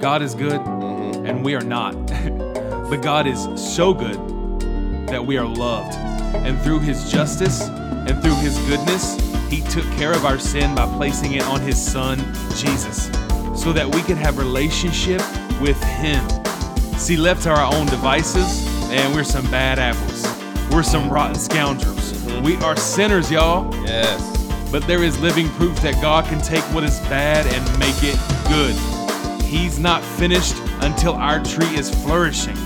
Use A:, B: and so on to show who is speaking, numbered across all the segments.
A: God is good and we are not. but God is so good that we are loved. And through his justice and through his goodness, he took care of our sin by placing it on his son, Jesus, so that we could have relationship with him. See, left to our own devices, and we're some bad apples. We're some rotten scoundrels. We are sinners, y'all.
B: Yes.
A: But there is living proof that God can take what is bad and make it good. He's not finished until our tree is flourishing.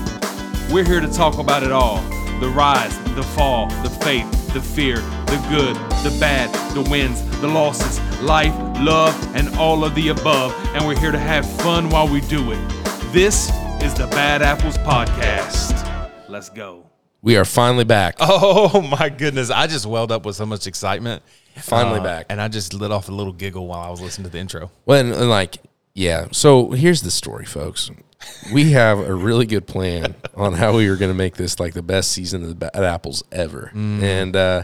A: We're here to talk about it all the rise, the fall, the faith, the fear, the good, the bad, the wins, the losses, life, love, and all of the above. And we're here to have fun while we do it. This is the Bad Apples Podcast. Let's go.
B: We are finally back.
C: Oh my goodness! I just welled up with so much excitement.
B: Finally
C: Uh,
B: back.
C: and I just lit off a little giggle while I was listening to the intro.
B: When and like, yeah. So here's the story, folks. We have a really good plan on how we were going to make this like the best season of the Bad Apples ever.
C: Mm-hmm.
B: And uh,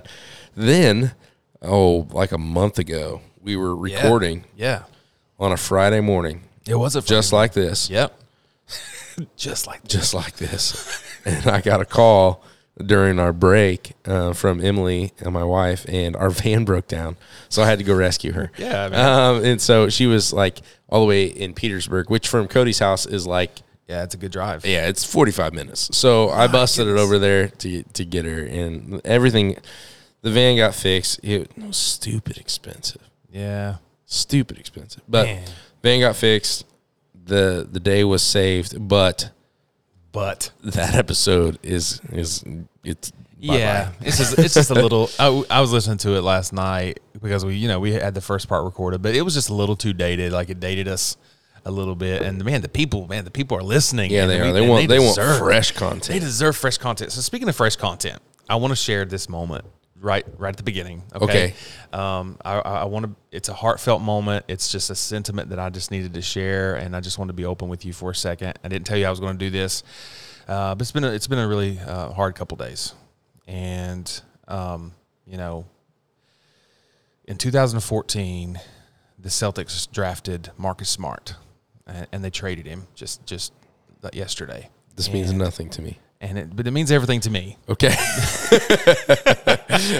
B: then, oh, like a month ago, we were recording
C: Yeah,
B: on a Friday morning,
C: it was a
B: just like this.
C: yep, just like
B: just like this. and I got a call during our break uh, from Emily and my wife, and our van broke down. So I had to go rescue her.
C: Yeah, man.
B: Um, and so she was like all the way in Petersburg, which from Cody's house is like,
C: yeah. It's a good drive.
B: yeah, it's 45 minutes. So I busted it over there to, to get her, and everything, the van got fixed. It was stupid expensive
C: yeah.
B: stupid expensive. But
C: Man.
B: van got fixed. the The day was saved, but
C: But
B: that episode is is it's bye-bye.
C: yeah, it's just it's just a little. I, I was listening to it last night because we you know we had the first part recorded, but it was just a little too dated. Like it dated us a little bit. And man, the people, man, the people are listening.
B: yeah
C: and
B: they
C: we-
B: are they
C: and
B: want they, want
C: deserve it.
B: fresh
C: They
B: content.
C: deserve fresh content. So speaking of fresh content, I want to share this moment right right at the beginning. Okay. Um, I, I I want to. It's a heartfelt moment. It's just a sentiment that I just needed to share, and I just wanted to be open with you for a second. I didn't tell you I was going to do this, uh, but it's been a, it's been a really uh, hard couple days, and um, you know, in 2014, the Celtics drafted Marcus Smart, and, and they traded him just just uh, yesterday
B: This means nothing to me.
C: and it, but it means everything to me.
B: Okay,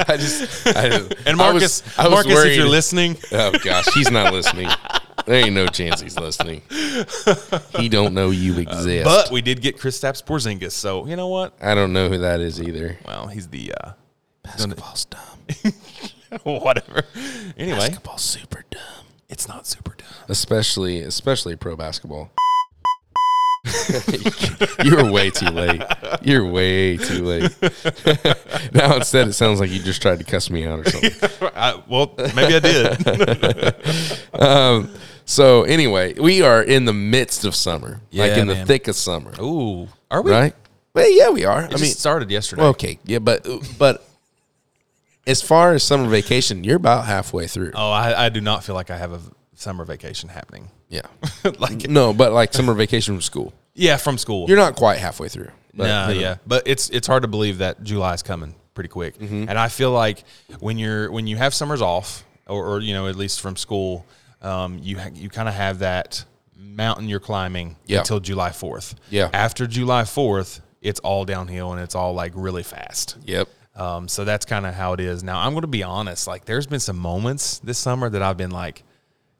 B: I just I, just-
C: And
B: I
C: Marcus,
B: was- I was
C: Marcus, if you're
B: worried-
C: listening,
B: oh gosh, he's not listening. There ain't no chance he's listening. He don't know you exist.
C: Uh, but we did get Kristaps Porzingis, so you know what?
B: I don't know who that is either.
C: Well, he's the uh,
B: Basketball's dumb.
C: whatever. Anyway,
B: Basketball's super dumb.
C: it's not super dumb.
B: especially especially pro basketball. You're way too late. You're way too late. now instead, it sounds like you just tried to cuss me out or something.
C: I, well, maybe I did.
B: So anyway, we are in the midst of summer, like
C: Yeah,
B: in the
C: man.
B: thick of summer,
C: Ooh, are we?
B: right? Well, yeah, we are.
C: It
B: I
C: just
B: mean,
C: started yesterday.
B: okay, yeah, but but as far as summer vacation, you're about halfway through.
C: oh, I, I do not feel like I have a v- summer vacation happening.
B: Yeah,
C: like,
B: no, but like summer vacation from school,
C: yeah, from school.
B: you're not quite halfway through. But,
C: no,
B: you know.
C: yeah, but it's it's hard to believe that July is coming pretty quick. And I feel like when you're when you have summers off, or, or you know at least from school, um, you ha- you kind of have that mountain you're climbing
B: Yeah.
C: until July fourth.
B: Yeah.
C: After July fourth, it's all downhill and it's all like really fast.
B: Yep.
C: Um, so that's kind of how it is. Now I'm going to be honest. Like there's been some moments this summer that I've been like,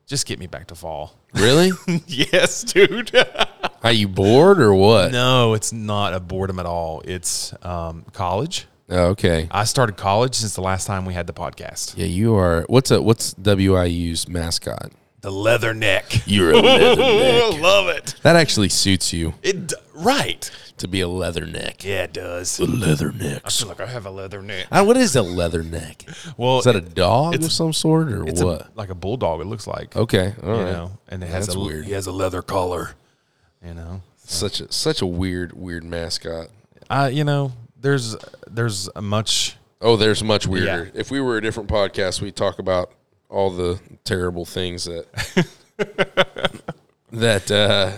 C: just get me back to fall.
B: Really?
C: yes, dude.
B: Are you bored or what?
C: no, it's not a boredom at all. It's um, college.
B: Oh, okay.
C: I started college since the last time we had the podcast.
B: Yeah, you are. What's a what's WIU's mascot?
C: The leather neck.
B: You're a leatherneck.
C: love it.
B: That actually suits you
C: It d- right.
B: to be a leatherneck.
C: Yeah, it does.
B: Leathernecks.
C: like I have a leather neck.
B: Uh, what is a leatherneck?
C: Well,
B: Is that a dog of
C: it's-
B: some sort or
C: it's a-
B: what?
C: like a bulldog. It looks like.
B: okay, all right.
C: You know, and it has
B: That's
C: a
B: weird.
C: He has a leather collar. You know,
B: Such a such a weird weird mascot.
C: I you know there's there's a much
B: Oh, there's much weirder. If we were a different podcast, we'd talk about all the terrible things that that uh,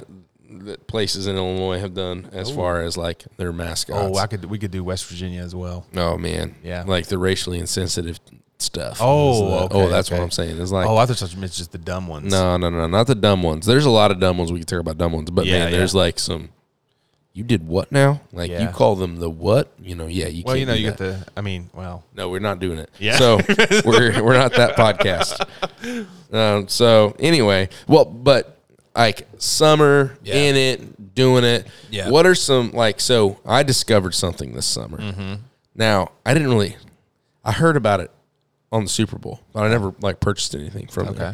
B: that places in Illinois have done as far as like their mascots.
C: oh I could we could do West Virginia as well.
B: Oh man,
C: Oh, Yeah.
B: like the racially insensitive stuff.
C: Oh,
B: It's the-
C: okay,
B: oh, that's
C: okay.
B: what I'm saying. It's like
C: Oh, I thought you meant just the dumb ones.
B: no, no, no, not the dumb ones. There's a lot of dumb ones. We could talk about dumb ones, but
C: Yeah,
B: man, there's
C: yeah.
B: like some. You did what now? Like you
C: Yeah.
B: call them the what? You know, yeah. You
C: Well,
B: can't
C: you know,
B: do
C: you
B: that.
C: get the. I mean, well,
B: No, we're not doing it.
C: Yeah.
B: So we're we're not that podcast. Um, so anyway, well, but like summer
D: Yeah.
B: in it, doing it.
D: Yeah.
B: What are some like? So I discovered something this summer.
C: Mm-hmm.
B: Now I didn't really. I heard about it on the Super Bowl, but I never like purchased anything from it.
C: Okay.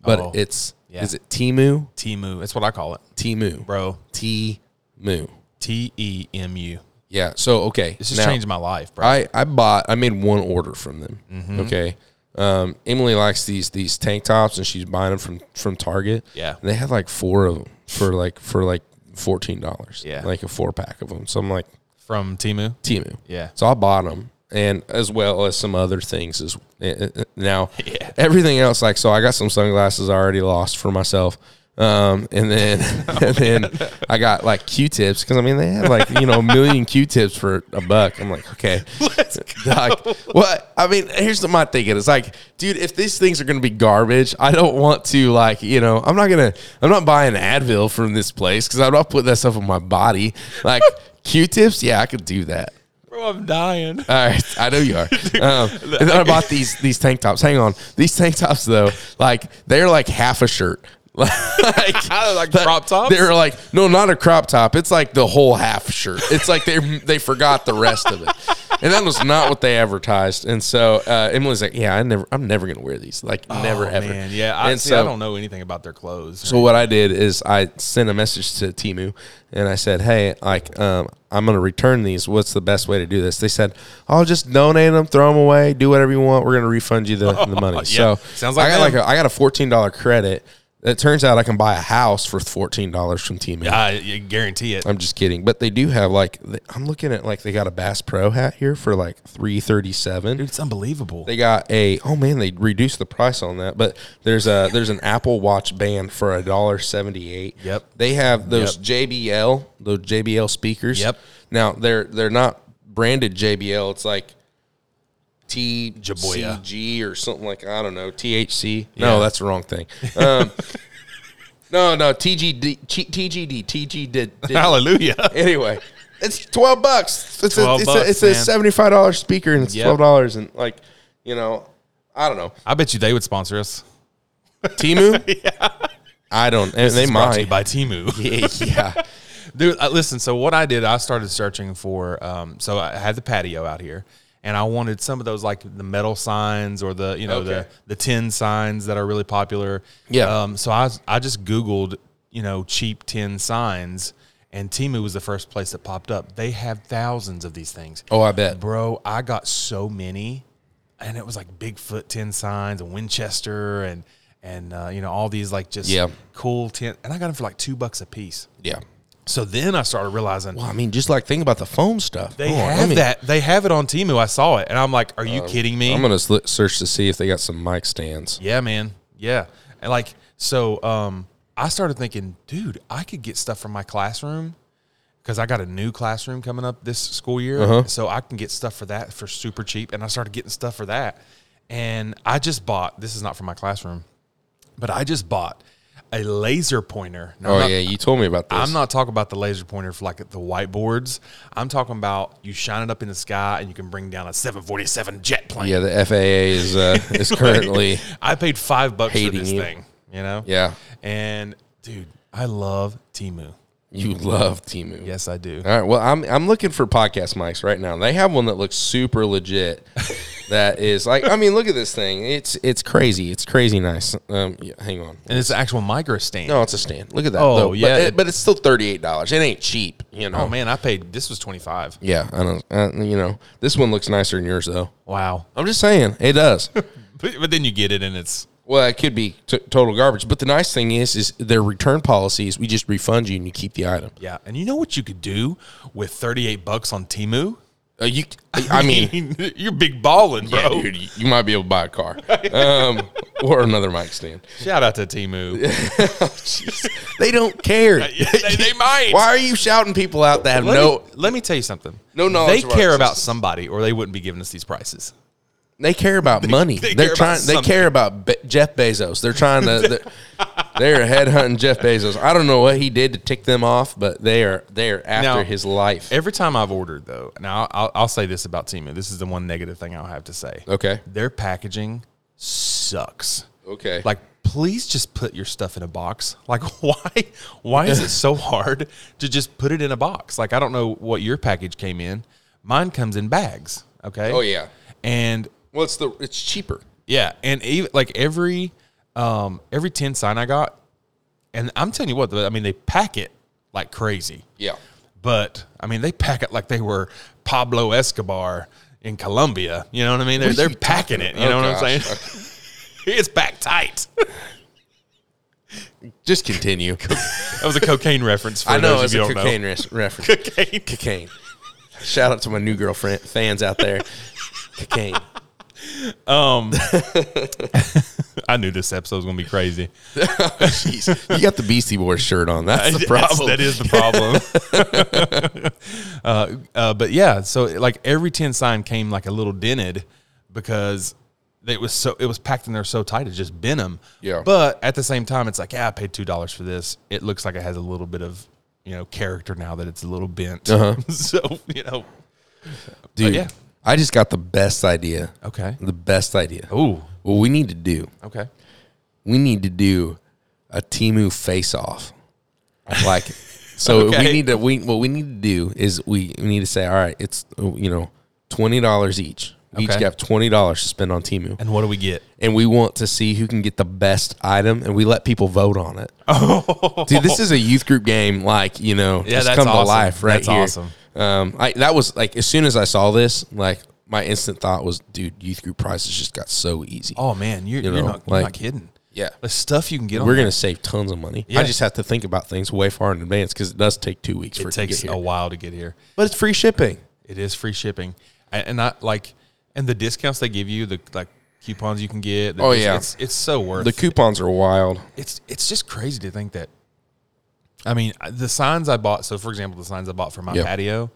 B: But
C: Oh,
B: it's
C: yeah.
B: is it Timu?
C: Temu. That's what I call it,
B: Timu,
C: bro.
B: Timu.
C: T E M U.
B: Yeah. So okay,
C: This has
B: now-
C: changed my life, bro.
B: I, I bought I made one order from them.
C: Mm-hmm.
B: Okay. Um, Emily likes these these tank tops and she's buying them from from Target.
C: Yeah.
B: And they had like four of them for like for like fourteen dollars.
C: Yeah.
B: Like a four pack of them. So I'm like
C: From Temu.
B: Timu.
C: Yeah.
B: So I bought them and as well as some other things as eh, eh, eh, now everything else like so I got some sunglasses I already lost for myself. Um, and then and then I got like Q-tips because I mean they had like you know a million Q-tips for a buck. I'm like okay, like, what? I mean, here's the, my thinking. It's like, dude, if these things are going to be garbage, I don't want to like, you know, I'm not gonna, I'm not buying Advil from this place because I'm not putting that stuff on my body. Like Q-tips, yeah, I could do that.
C: Bro, I'm dying.
B: All right, I know you are. Um, and then I bought these these tank tops. Hang on, these tank tops though, like they're like half a shirt. like
C: Like crop tops?
B: They're like no, not a crop top. It's like the whole half shirt. It's like they they forgot the rest of it, and that was not what they advertised. And so uh, Emily's like, "Yeah, I never, I'm never gonna wear these. Like never ever."
C: Oh, Man, yeah. I,
B: and
C: see,
B: so
C: I don't know anything about their clothes.
B: so what I did is I sent a message to Timu and I said, "Hey, like um, I'm gonna return these. What's the best way to do this?" They said, "I'll just donate them, throw them away, do whatever you want. We're gonna refund you the, the money."
C: Yeah.
B: So
C: Sounds like
B: I got
C: them.
B: like a, I got a fourteen dollar credit. It turns out I can buy a house for fourteen dollars from Timu.
C: I I guarantee it.
B: I'm just kidding, but they do have like the, I'm looking at like they got a Bass Pro hat here for like three thirty seven.
C: Dude, it's unbelievable.
B: They got a oh man, they reduced the price on that. But there's a there's an Apple Watch band for a dollar seventy eight.
C: Yep.
B: They have those JBL those JBL speakers.
C: Yep.
B: Now they're they're not branded JBL. It's like TCG or something like I don't know THC.
C: Yeah.
B: No, that's the wrong thing. Um, no, no TGD TGD TGD
C: Hallelujah.
B: anyway, it's twelve bucks. It's a
C: 12
B: it's
C: bucks,
B: a, it's
C: man.
B: a seventy five dollar speaker and it's
C: Yep.
B: twelve dollars and like you know I don't know
C: I bet you they would sponsor us.
B: Timu. I don't. And they
C: It's brought to you
B: might.
C: by E Temu.
B: yeah.
C: Dude, uh, listen. So what I did, I started searching for. Um, so I had the patio out here, and I wanted some of those like the metal signs or the you know
B: Okay.
C: the the tin signs that are really popular.
B: Yeah.
C: Um, so I was- I just Googled you know cheap tin signs, and Timu was the first place that popped up. They have thousands of these things.
B: Oh, I bet.
C: bro, I got so many, and it was like Bigfoot tin signs and Winchester and and uh, you know all these like just
B: Yeah.
C: cool tin, and I got them for like two bucks a piece.
B: Yeah.
C: So then I started realizing
B: Well, I mean, just like think about the phone stuff.
C: they
B: Come on,
C: have
B: I mean,
C: that. They have it on Timu. I saw it, and I'm like, "Are you kidding me?"
B: I'm gonna sli- search to see if they got some mic stands.
C: yeah, man. Yeah, and like so. Um, I started thinking, dude, I could get stuff from my classroom because I got a new classroom coming up this school year,
B: Uh-huh.
C: so I can get stuff for that for super cheap. And I started getting stuff for that, and I just bought. This is not from my classroom, but I just bought a laser pointer. Now, I'm
B: Oh
C: not-
B: yeah, you told me about this.
C: I'm not talking about the laser pointer for like the whiteboards. I'm talking about you shine it up in the sky and you can bring down a 747 jet plane.
B: Yeah, the FAA is uh, is currently.
C: I paid five bucks for
B: Hating
C: this
B: you.
C: thing, you know?
B: Yeah,
C: And dude, I love Timu.
B: you love Timu.
C: Yes, I do.
B: All right. Well, I'm I'm looking for podcast mics right now. They have one that looks super legit. that is like, I mean, look at this thing. It's it's crazy. It's crazy nice. Um, yeah, hang on.
C: And it's an actual micro stand.
B: No, it's a stand. Look at that.
C: Oh,
B: though. But
C: yeah.
B: it- but it's still thirty eight dollars. It ain't cheap. You know.
C: Oh man, I paid this was 25.
B: Yeah, I don't. Uh, you know, this one looks nicer than yours though.
C: Wow.
B: I'm just saying, it does.
C: But, but then you get it and it's
B: well, it could be t- total garbage, but the nice thing is, is their return policy is we just refund you and you keep the item.
C: yeah. And you know what you could do with 38 bucks on Timu?
B: Uh, you, I mean,
C: you're big balling, bro.
B: Yeah, dude, you- you might be able to buy a car um, or another mic stand.
C: Shout out to Timu.
B: They don't care.
C: they, they might.
B: Why are you shouting people out that have
C: Let
B: no?
C: me, let me tell you something.
B: No knowledge
C: They
B: of our
C: care about
B: existence.
C: somebody, or they wouldn't be giving us these prices.
B: They care about money. They
C: they care
B: are
C: about
B: trying. They
C: something.
B: care about Be- Jeff Bezos. They're trying to. They're, they're headhunting Jeff Bezos. I don't know what he did to tick them off, but they are they are after
C: Now-
B: his life.
C: Every time I've ordered though, now I'll, I'll say this about Timu. This is the one negative thing I'll have to say.
B: okay.
C: Their packaging sucks.
B: Okay.
C: Like, please just put your stuff in a box. Like, why? Why is it so hard to just put it in a box? Like, I don't know what your package came in. Mine comes in bags. Okay.
B: Oh yeah.
C: And
B: Well, it's the it's cheaper.
C: yeah, and even, like every um every ten sign I got, and I'm telling you what, I mean they pack it like crazy.
B: Yeah.
C: But I mean, they pack it like they were Pablo Escobar in Colombia. You know what I mean? They're, they're packing it. You
B: Oh,
C: know what I'm
B: gosh.
C: saying? it's packed tight.
B: Just continue.
C: That was a cocaine reference. For
B: I know it's
C: those of
B: a
C: you who
B: cocaine
C: Know.
B: res- reference.
C: Cocaine.
B: cocaine. Shout out to my new girlfriend fans out there. cocaine.
C: I knew this episode was going to be crazy.
B: Jeez. You got the Beastie Boys shirt on. That's the
C: That's-
B: problem.
C: That is the oh, problem. uh, uh, but yeah, so like every ten sign came like a little dented because it was so it was packed in there so tight it just bent them.
B: Yeah.
C: But at the same time, it's like yeah, I paid two dollars for this. It looks like it has a little bit of you know character now that it's a little bent.
B: Uh-huh.
C: so you know,
B: Dude,
C: yeah.
B: I just got the best idea.
C: okay.
B: The best idea.
C: Ooh,
B: What we need to do,
C: okay.
B: we need to do a Timu face off. Like, so
C: Okay.
B: we need to, we, what we need to do is we, we need to say, all right, it's, uh, you know, $20 each. We
C: Okay.
B: each have $20 to spend on Timu.
C: And what do we get?
B: And we want to see who can get the best item and we let people vote on it.
C: Oh,
B: Dude, this is a youth group game. Like you know,
C: Yeah,
B: it's
C: that's
B: come
C: awesome.
B: to life right
C: That's
B: here.
C: awesome.
B: Um, I that was like as soon as I saw this, like my instant thought was, dude, youth group prizes just got so easy.
C: oh man, you're, you are
B: know,
C: not, you're
B: like-
C: not kidding.
B: Yeah.
C: the stuff you can get. on
B: We're gonna save tons of money.
C: Yeah.
B: I just have to think about things way far in advance because it does take two weeks for
C: It
B: it to get
C: takes
B: here.
C: a while to get here.
B: but it's free shipping.
C: It is free shipping, and, and I like, and the discounts they give you, the like coupons you can get. the
B: Oh,
C: dis-
B: yeah.
C: it's, it's so worth.
B: The coupons are wild.
C: it's it's just crazy to think that. I mean, I- the signs I bought. So, for example, the signs I bought for my
B: Yeah.
C: patio,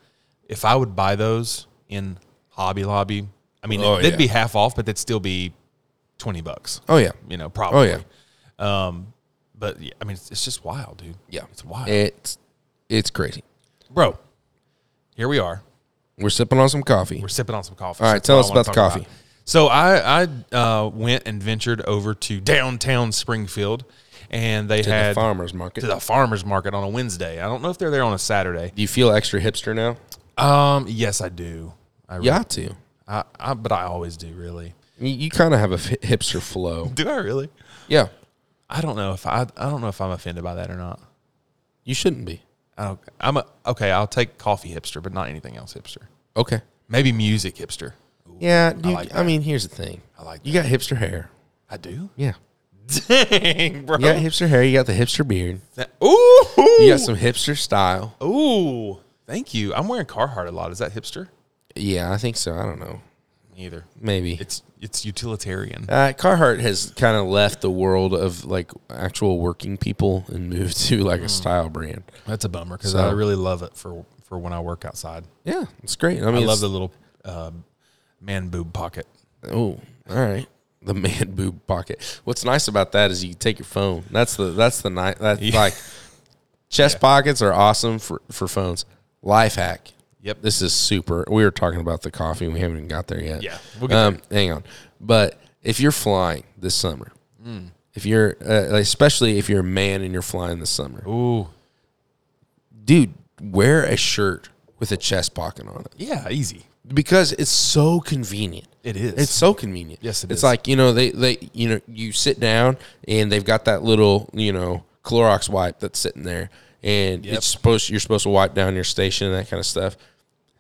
C: if I would buy those in Hobby Lobby, I mean,
B: Oh,
C: they'd
B: yeah.
C: be half off, but they'd still be twenty bucks.
B: Oh yeah,
C: You know, probably.
B: yeah.
C: Um, but yeah, I mean, it's, it's just wild, dude.
B: yeah.
C: it's wild,
B: It's it's crazy.
C: bro. Here we are.
B: We're sipping on some coffee.
C: We're sipping on some coffee.
B: All right,
C: That's
B: tell
C: what
B: us
C: I wanna
B: about the
C: talk
B: coffee.
C: So I I uh, went and ventured over to downtown Springfield, and they
B: to
C: had
B: the farmers market.
C: to the farmers market on a Wednesday. I don't know if they're there on a Saturday.
B: do you feel extra hipster now?
C: Um, yes, I do. I
B: You
C: really,
B: ought to. You,
C: I, I, but I always do. Really,
B: you kind of have a f- hipster flow.
C: do I really?
B: Yeah,
C: I don't know if I I don't know if I'm offended by that or not.
B: you shouldn't be.
C: I don't, I'm a okay. I'll take coffee hipster, but not anything else hipster.
B: Okay.
C: Maybe music hipster. Ooh,
B: Yeah, dude, I,
C: like that.
B: mean, here's the thing.
C: I like
B: You got hipster hair.
C: I do.
B: Yeah.
C: Dang, bro.
B: You got hipster hair. You got the hipster beard.
C: Ooh.
B: You got some hipster style.
C: Ooh, thank you. I'm wearing Carhartt a lot. Is that hipster?
B: Yeah, I think so. I don't know.
C: Neither.
B: Maybe.
C: It's it's utilitarian.
B: Uh, Carhartt has kind of left the world of like actual working people and moved to like a style brand.
C: That's a bummer because
B: So-
C: I really love it for for when I work outside.
B: Yeah, it's great. I
C: I
B: mean,
C: love
B: love
C: the little uh, man boob pocket.
B: the. Oh, all right. The man boob pocket. What's nice about that is you can take your phone. That's the that's the night. That's
C: Yeah.
B: like chest pockets are awesome for for phones. Life hack.
C: Yep.
B: This is super. We were talking about the coffee. and We haven't even got there yet.
C: Yeah, we'll get
B: um, Hang on. But if you're flying this summer,
C: Hmm.
B: if you're, uh, especially if you're a man and you're flying this summer,
C: Ooh.
B: dude, wear a shirt with a chest pocket on it
C: Yeah, easy.
B: because it's so convenient.
C: It is.
B: It's so convenient.
C: Yes, it
B: it's
C: is.
B: like you know they they you know you sit down and they've got that little you know Clorox wipe that's sitting there, and
C: Yep.
B: it's supposed you're supposed to wipe down your station and that kind of stuff.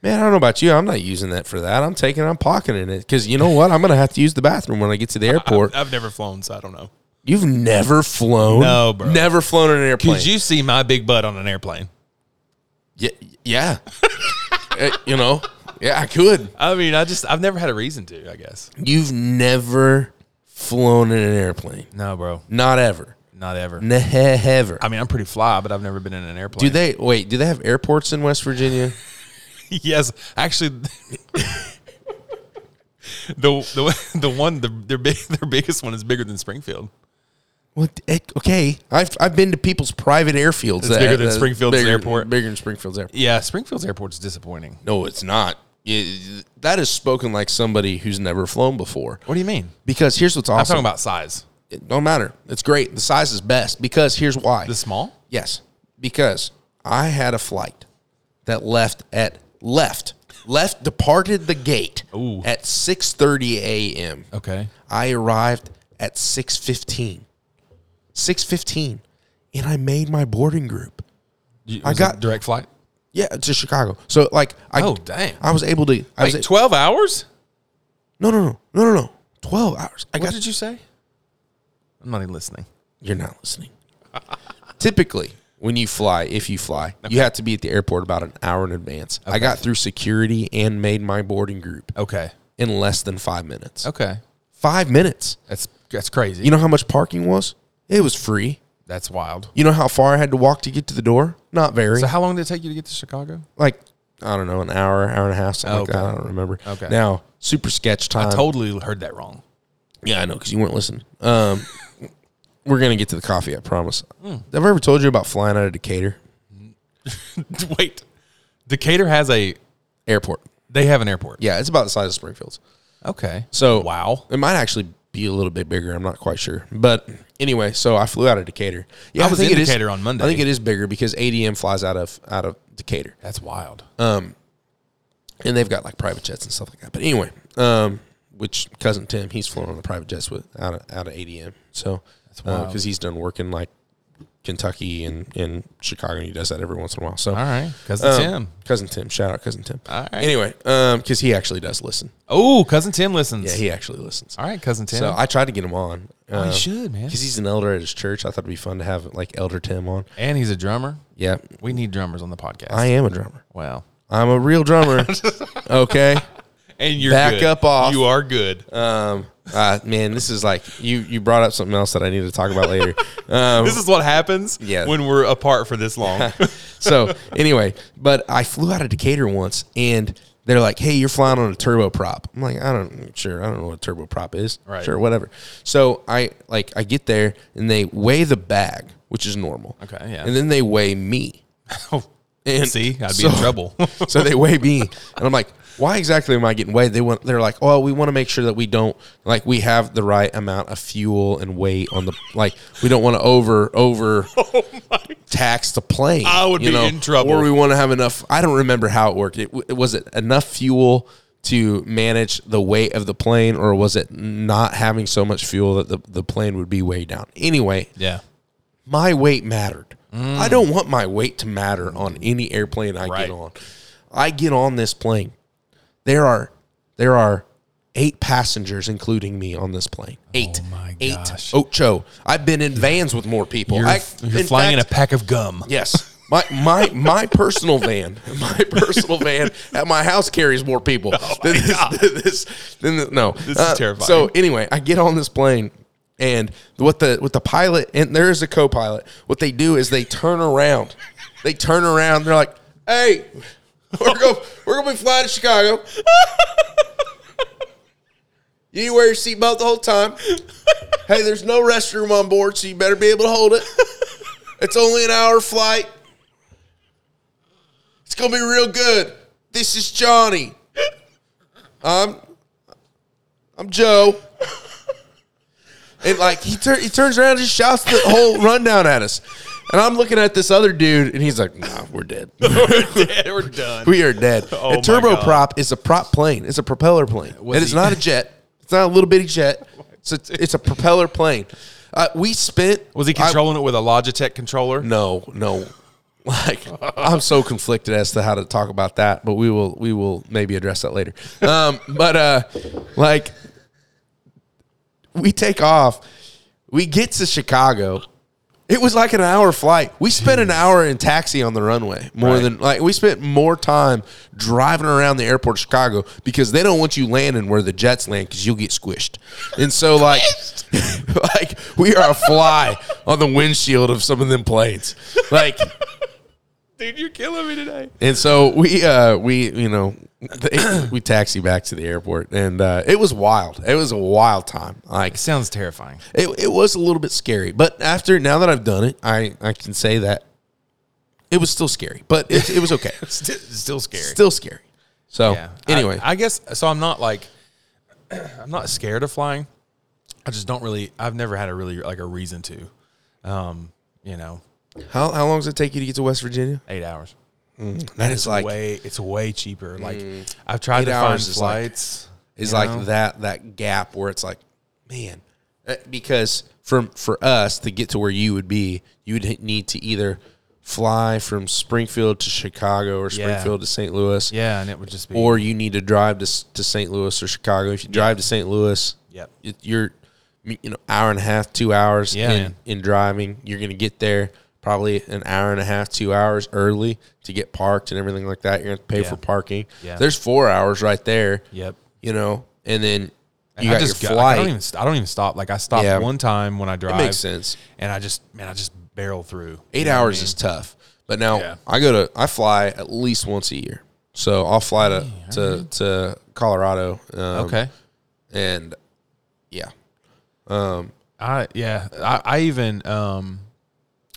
B: Man, I don't know about you. I'm not using that for that. I'm taking, I'm pocketing it because you know what? I'm gonna have to use the bathroom when I get to the airport.
C: I've never flown, so I don't know.
B: You've never flown,
C: No, bro.
B: never flown in an airplane.
C: Could you see my big butt on an airplane?
B: Yeah, yeah. Eh, you know, yeah, I could.
C: I mean, I just I've never had a reason to. I guess.
B: You've never flown in an airplane,
C: No, bro,
B: not ever,
C: not ever.
B: never.
C: I mean, I'm pretty fly, but I've never been in an airplane.
B: Do they wait? Do they have airports in West Virginia?
C: yes, actually, the the the one the, their big their biggest one is bigger than Springfield.
B: Well, it- okay. I've I've been to people's private airfields.
C: It's bigger than Springfield's
B: bigger-
C: airport.
B: Bigger than Springfield's airport.
C: Yeah, Springfield's airport's disappointing.
B: No, it's not. It- that is spoken like somebody who's never flown before.
C: What do you mean?
B: Because here's what's awesome.
C: I'm talking about size.
B: It don't matter. It's great. The size is best. Because here's why.
C: The small.
B: Yes, because I had a flight that left at left left departed the gate
C: Ooh.
B: at 6:30 a.m.
C: Okay.
B: I arrived at 6:15. 6:15 and I made my boarding group.
C: I
B: got-
C: got direct flight.
B: Yeah, to Chicago. So like I
C: Oh, dang.
B: I was able to I was
C: Like twelve hours.
B: No, no, no. No, no, no. 12 hours. I
C: What
B: got
C: did you say? I'm not even listening.
B: You're not listening. Typically, when you fly, if you fly, you have to be at the airport about an hour in advance. I got through security and made my boarding group
C: Okay.
B: in less than five minutes.
C: Okay.
B: Five minutes.
C: That's that's crazy.
B: You know how much parking was? It was free.
C: that's wild.
B: You know how far I had to walk to get to the door? Not very.
C: So how long did it take you to get to Chicago?
B: like, I don't know, an hour, hour and a half, something like that. I
C: Okay.
B: don't remember.
C: Okay.
B: Now, super sketch time.
C: I totally heard that wrong.
B: Yeah, I know because you weren't listening. Um, we're gonna get to the coffee. I promise.
C: Hmm.
B: Have I ever told you about flying out of Decatur
C: Wait. Decatur has a
B: airport?
C: they have an airport.
B: Yeah, it's about the size of Springfield's.
C: Okay.
B: So
C: wow.
B: it might actually be a little bit bigger. I'm not quite sure, but anyway, so I flew out of Decatur. Yeah,
C: I was
B: think
C: in
B: it is-
C: Decatur on Monday.
B: I think it is bigger because ADM flies out of out of Decatur,
C: That's wild.
B: and they've got like private jets and stuff like that. But anyway, um, which cousin Tim, he's flown on the private jets with out of out of ADM. So that's
C: wild.
B: because he's done working like. Kentucky and, and Chicago, and he does that every once in a while. So,
C: All right. Cousin
B: Um,
C: Tim.
B: Cousin Tim. Shout out cousin Tim.
C: All right.
B: Anyway, um, because he actually does listen.
C: Oh, cousin Tim listens.
B: Yeah, he actually listens.
C: All right, cousin Tim.
B: So I tried to get him on.
C: Oh, you should, man.
B: Because he's an elder at his church. I thought it'd be fun to have like Elder Tim on.
C: and he's a drummer.
B: Yeah.
C: We need drummers on the podcast.
B: I am a drummer.
C: wow.
B: I'm a real drummer. okay.
C: And you're
B: Back
C: good.
B: up off.
C: You are good.
B: Um uh, man, this is like you you brought up something else that I need to talk about later. Um,
C: this is what happens
B: Yeah.
C: when we're apart for this long.
B: so anyway, but I flew out of Decatur once and they're like, Hey, you're flying on a turboprop. I'm like, I don't sure, I don't know what a turboprop is.
C: Right.
B: Sure, whatever. So I like I get there and they weigh the bag, which is normal.
C: Okay, yeah.
B: And then they weigh me. And
C: Oh, See, I'd be
B: so-
C: in trouble.
B: so they weigh me, and I'm like, why exactly am I getting weighed? They want, they're like, oh, we want to make sure that we don't like we have the right amount of fuel and weight on the like we don't want to over over tax the plane.
C: Oh I would be in trouble.
B: Or we want to have enough. I don't remember how it worked. It, w- was it enough fuel to manage the weight of the plane, or was it not having so much fuel that the, the plane would be way down? Anyway,
C: yeah.
B: my weight mattered. I don't want my weight to matter on any airplane I
C: Mm. Right.
B: get on. I get on this plane. There are there are eight passengers, including me, on this plane. Eight.
C: Oh my
B: eight.
C: gosh.
B: Ocho. I've been in vans with more people.
C: You're,
B: I-
C: you're flying
B: fact,
C: in a pack of gum.
B: Yes. My my my personal van, my personal van at my house carries more people
C: Oh
B: than this, than this. Than this no, this
C: is terrifying.
B: So anyway, I get on this plane, and what the what the pilot and there is a co-pilot. What they do is they turn around, they turn around. They're like, "Hey, we're going we're gonna be flying to Chicago. You need to wear your seatbelt the whole time. Hey, there's no restroom on board, so you better be able to hold it. It's only an hour flight. It's gonna be real good. This is Johnny. I'm I'm Joe. And like he tur- he turns around and just shouts the whole rundown at us. And I'm looking at this other dude and he's like, nah, we're dead.
C: Yeah, we're done.
B: We are dead.
C: Oh
B: a
C: my
B: turboprop is a prop plane. It's a propeller plane. it is
C: he-
B: not a jet. It's not a little bitty jet. It's a, it's a propeller plane. Uh, we spent.
C: Was he
B: I-
C: controlling it with a Logitech controller?
B: no, no. Like I'm so conflicted as to how to talk about that, but we will we will maybe address that later. Um, but uh, like we take off, we get to Chicago. It was like an hour flight. We spent an hour in taxi on the runway more
C: Right.
B: than like we spent more time driving around the airport of Chicago because they don't want you landing where the jets land because you'll get squished. And so like like we are a fly on the windshield of some of them planes. Like
C: Dude, you're killing me today.
B: and so we uh we you know they- we taxi back to the airport, and uh, it was wild. It was a wild time. Like
C: It sounds terrifying.
B: it, it was a little bit scary, but after now that I've done it, I I can say that it was still scary, but it, it was okay.
C: Still, still scary.
B: still scary. So
C: Yeah. I-
B: anyway,
C: I, guess so. I'm not like I'm not scared of flying. I just don't really. I've never had a really like a reason to. Um, you know,
B: how how long does it take you to get to West Virginia?
C: eight hours.
B: That is like Mm.
C: way it's way cheaper. Like I've tried
B: Eight
C: to find
B: hours is like-
C: flights.
B: is
C: you
B: like
C: know?
B: that that gap where it's like, man, eh, because from for us to get to where you would be, you would need to either fly from Springfield to Chicago or
C: Yeah.
B: Springfield to St. Louis,
C: yeah, and it would just be
B: or you need to drive to s- to St. Louis or Chicago. If you drive to St. Louis,
C: Yep.
B: it- you're you know hour and a half, two hours
C: Yeah,
B: in,
C: man.
B: in driving. You're gonna get there probably an hour and a half, two hours early to get parked and everything like that. You're gonna have to pay
C: Yeah.
B: for parking.
C: Yeah.
B: There's four hours right there
C: yep.
B: you know, and then you
C: I
B: got
C: just
B: your
C: go-
B: flight.
C: I don't even. st- I don't even stop. Like I stopped
B: Yeah.
C: one time when I drive.
B: makes sense.
C: And I just man, I just barrel through.
B: Eight hours is tough, but now
C: Yeah.
B: I go to I fly at least once a year, so I'll fly to to, to Colorado. Um,
C: Okay.
B: and yeah,
C: I yeah. I, I even um,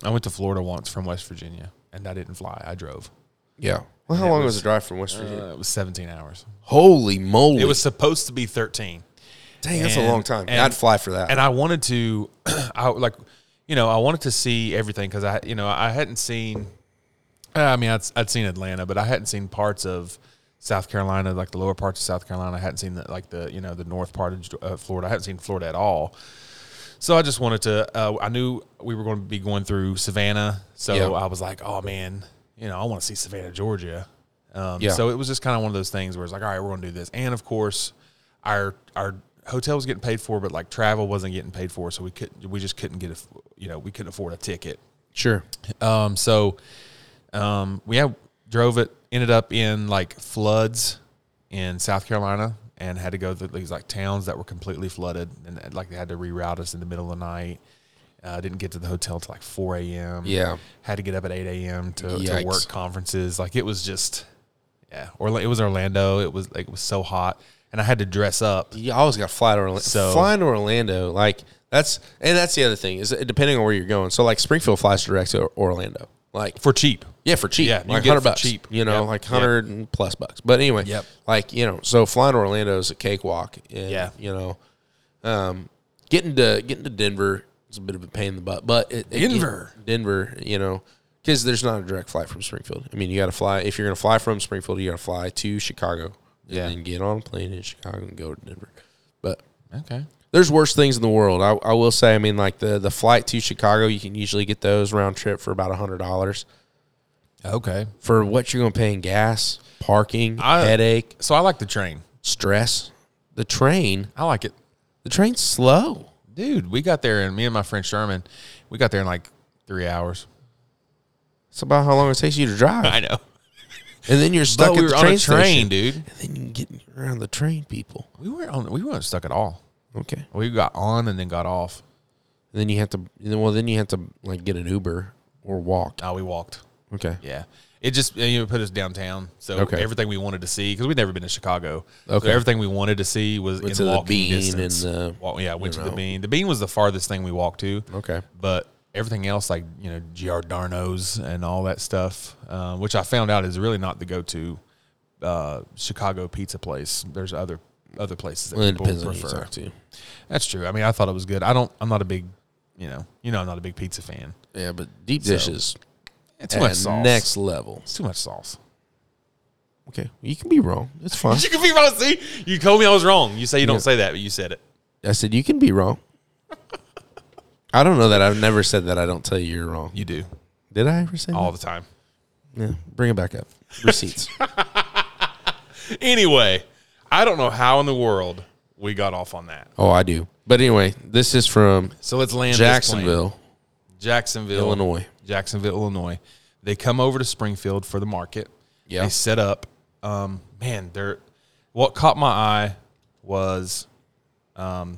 C: I went to Florida once from West Virginia, and I didn't fly. I drove.
B: yeah. Well, how long was, the drive from West Virginia?
C: Uh, it was 17 hours.
B: Holy moly!
C: It was supposed to be 13.
B: dang, that's
C: and-
B: a long time.
C: and-
B: I'd fly for that.
C: And I wanted to, I like, you know, I wanted to see everything because I, you know, I hadn't seen. I mean, I'd, I'd seen Atlanta, but I hadn't seen parts of South Carolina, like the lower parts of South Carolina. I hadn't seen the, like the, you know, the north part of Ge- uh, Florida. I hadn't seen Florida at all. So I just wanted to. Uh, I knew we were going to be going through Savannah, so
B: Yeah.
C: I was like, "Oh man, you know, I want to see Savannah, Georgia." Um,
B: Yeah.
C: So it was just kind of one of those things where it's like, "All right, we're going to do this," and of course, our our hotel was getting paid for, but like travel wasn't getting paid for, so we could not we just couldn't get a you know we couldn't afford a ticket.
B: sure.
C: Um, so um, we had, drove it, ended up in like floods in South Carolina and had to go through these like towns that were completely flooded and uh, like they had to reroute us in the middle of the night. Uh, didn't get to the hotel till like 4 a.m.
B: Yeah.
C: Had to get up at 8 a.m. To, to
B: Yikes.
C: work conferences. Like it was just, yeah. Or it was Orlando. It was like, it was so hot. And I had to dress up.
B: You always got to fly to Orlando.
C: So-
B: Flying to Orlando, like that's and that's the other thing is that depending on where you're going. So like Springfield flies direct to Orlando, like
C: For cheap,
B: Yeah, for cheap.
C: Yeah, you
B: like
C: can get it
B: hundred
C: for
B: bucks.
C: cheap.
B: You know,
C: Yep.
B: like
C: Yep.
B: hundred and plus bucks. But anyway,
C: Yep.
B: like you know, so flying to Orlando is a cakewalk. And,
C: Yeah.
B: you know, um, getting to getting to Denver is a bit of a pain in the butt. But it, it-
C: Denver.
B: Denver, you know, because there's not a direct flight from Springfield. I mean, you got to fly if you're going to fly from Springfield, you got to fly to Chicago.
C: Yeah.
B: and then get on a plane in Chicago and go to Denver. But
C: okay.
B: there's worse things in the world. I, I will say. I mean, like the the flight to Chicago, you can usually get those round trip for about hundred dollars
C: Okay.
B: for what you're going to pay in gas, parking,
C: I-
B: headache,
C: So I like the train.
B: stress. The train,
C: I like it.
B: the train's slow.
C: Dude, we got there, and me and my friend Sherman, we got there in like three hours.
B: It's about how long it takes you to drive, and
C: know,
B: then you're
C: but
B: stuck
C: we
B: at
C: were
B: the
C: on
B: train
C: a train,
B: station.
C: dude.
B: And then you can get around the train people.
C: We weren't on. We weren't stuck at all.
B: Okay,
C: We got on and then got off.
B: and then you have to. Then, well, then you have to like get an Uber or walk.
C: No, we walked.
B: Okay,
C: Yeah, it just you know, put us downtown. So
B: Okay.
C: everything we wanted to see because we'd never been to Chicago.
B: Okay.
C: so everything we wanted to see was in
B: to the
C: walking
B: Bean and
C: distance.
B: the-
C: Walk- yeah, went to
B: you
C: the
B: know.
C: Bean. The Bean was the farthest thing we walked to.
B: okay,
C: but everything else like you know giordano's and all that stuff uh, which i found out is really not the go-to uh, chicago pizza place there's other other places that
B: well, it
C: people
B: depends on who you
C: prefer
B: talk to.
C: that's true i mean i thought it was good i don't i'm not a big you know you know i'm not a big pizza fan
B: Yeah, but deep dishes
C: it's too much
B: at
C: sauce
B: next level.
C: it's too much sauce
B: Okay, you can be wrong. It's fine.
C: you can be wrong see you told me i was wrong you say you don't say that but you said it
B: I said you can be wrong. I don't know that I've never said that. I don't tell you you're wrong.
C: you do
B: Did I ever say
C: all the time
B: that? Yeah, bring it back up. Receipts.
C: anyway i don't know how in the world we got off on that
B: oh, I do. But anyway, this is from
C: so let's land this plane.
B: Jacksonville,
C: Jacksonville,
B: Illinois.
C: Jacksonville, Illinois. They come over to Springfield for the market.
B: Yeah.
C: They set up. Um, man, they're what caught my eye was um,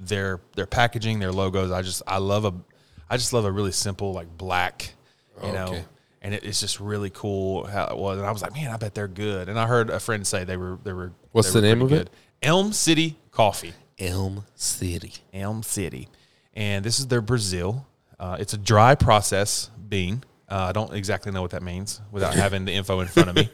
C: their their packaging, their logos. I just I love a I just love a really simple like black, you know,
B: Okay.
C: and it, it's just really cool how it was. And I was like, man, I bet they're good. And I heard a friend say they were they were.
B: What's
C: they
B: the
C: were
B: name
C: pretty
B: of it?
C: Elm City Coffee.
B: Elm City.
C: Elm City, and this is their Brazil. Uh, it's a dry process bean. Uh, I don't exactly know what that means without having the info in front of me,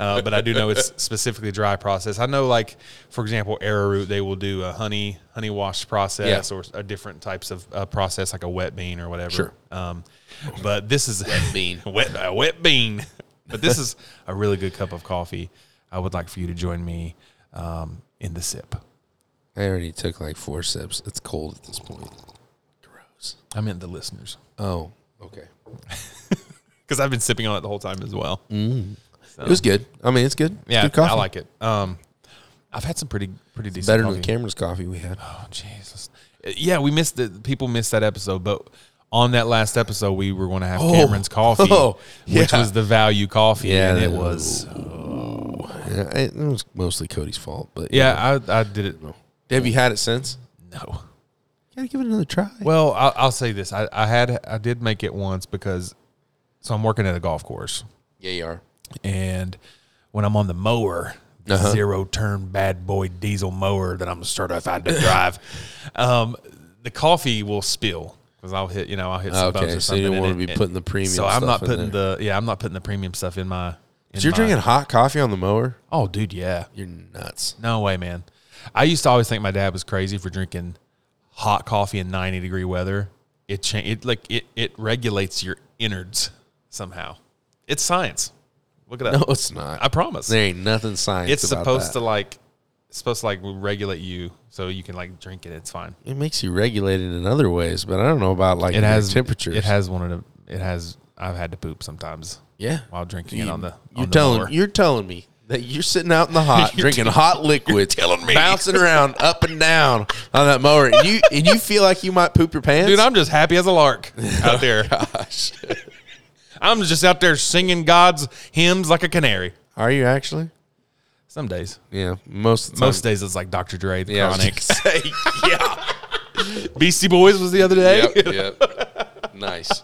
C: uh, but I do know it's specifically dry process. I know, like for example, arrowroot, they will do a honey honey wash process
B: Yeah.
C: or a different types of uh, process, like a wet bean or whatever.
B: Sure.
C: Um, but this is wet
B: bean.
C: wet a wet bean. But this is a really good cup of coffee. I would like for you to join me um, in the sip.
B: I already took like four sips. It's cold at this point. Gross.
C: I meant the listeners.
B: Oh, okay.
C: because I've been sipping on it the whole time as well.
B: It was good. I mean, it's good.
C: Yeah,
B: Mm. good coffee.
C: I like it. Um, I've had some pretty pretty decent
B: Better
C: coffee.
B: than Cameron's coffee we had.
C: Oh Jesus! Yeah, we missed it. People missed that episode, but on that last episode, we were going to have Cameron's coffee,
B: Oh,
C: which
B: yeah.
C: was the value coffee,
B: Yeah,
C: and it
B: that-
C: was.
B: Yeah, it it was mostly Cody's fault, but
C: Yeah, I, I did it.
B: Have you had it since?
C: No.
B: gotta give it another try.
C: Well, I'll, I'll say this: I, I had I did make it once because, so I'm working at a golf course,
B: yeah, you are.
C: and when I'm on the mower, the
B: Uh-huh.
C: zero turn bad boy diesel mower that I'm certified to drive, um, the coffee will spill because I'll hit you know I'll hit some bumps
B: Okay,
C: or
B: so you
C: something.
B: don't
C: and
B: wanna
C: it-
B: be
C: it-
B: putting the premium
C: So I'm
B: stuff
C: not
B: in
C: putting the yeah I'm not putting the premium stuff in my. in
B: You're
C: my-
B: drinking hot coffee on the mower?
C: Oh, dude, yeah.
B: You're nuts.
C: No way, man. I used to always think my dad was crazy for drinking hot coffee in 90 degree weather. It cha- it like it it regulates your innards somehow. It's science. Look it up.
B: No, it's not.
C: I promise.
B: there ain't nothing science.
C: it's
B: about
C: supposed
B: that.
C: to like it's supposed to like regulate you so you can like drink it it's fine
B: It makes you regulated in other ways, but I don't know about like
C: it
B: your
C: has
B: temperatures.
C: it has one of the it has i've had to poop sometimes
B: yeah.
C: while drinking it on the
B: You're
C: on the
B: telling
C: mower.
B: you're telling me that you're sitting out in the hot drinking hot liquids,
C: telling me.
B: bouncing around up and down on that mower, and you and you feel like you might poop your pants.
C: dude i'm just happy as a lark out there
B: gosh,
C: i'm just out there singing god's hymns like a canary
B: are you actually?
C: some days
B: Yeah, most of the time.
C: most days it's like dr dre the
B: Yeah, I was gonna
C: chronic
B: say, yeah.
C: beastie boys was the other day
B: yep, yep. Nice.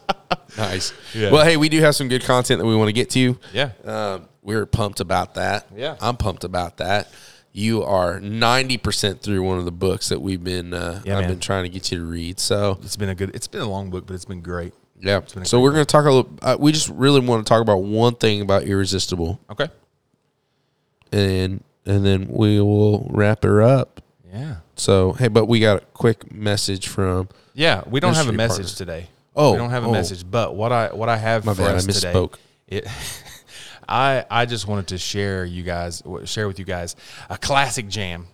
B: Nice.
C: Yeah.
B: Well, hey, we do have some good content that we want to get to.
C: yeah
B: Um, we're pumped about that.
C: Yeah.
B: I'm pumped about that. You are 90% through one of the books that we've been uh,
C: Yeah,
B: I've
C: man.
B: been trying to get you to read. So,
C: it's been a good it's been a long book but it's been great
B: yeah. So we're going to talk a little uh, we just really want to talk about one thing about Irresistible
C: okay
B: and and then we will wrap her up.
C: yeah
B: So, hey, but we got a quick message from
C: Yeah, we don't have a
B: Mystery
C: message today.
B: Oh,
C: we don't have a
B: oh.
C: message. But what I what I have
B: My
C: for
B: bad, I
C: us today,
B: misspoke.
C: it, I I just wanted to share you guys share with you guys a classic jam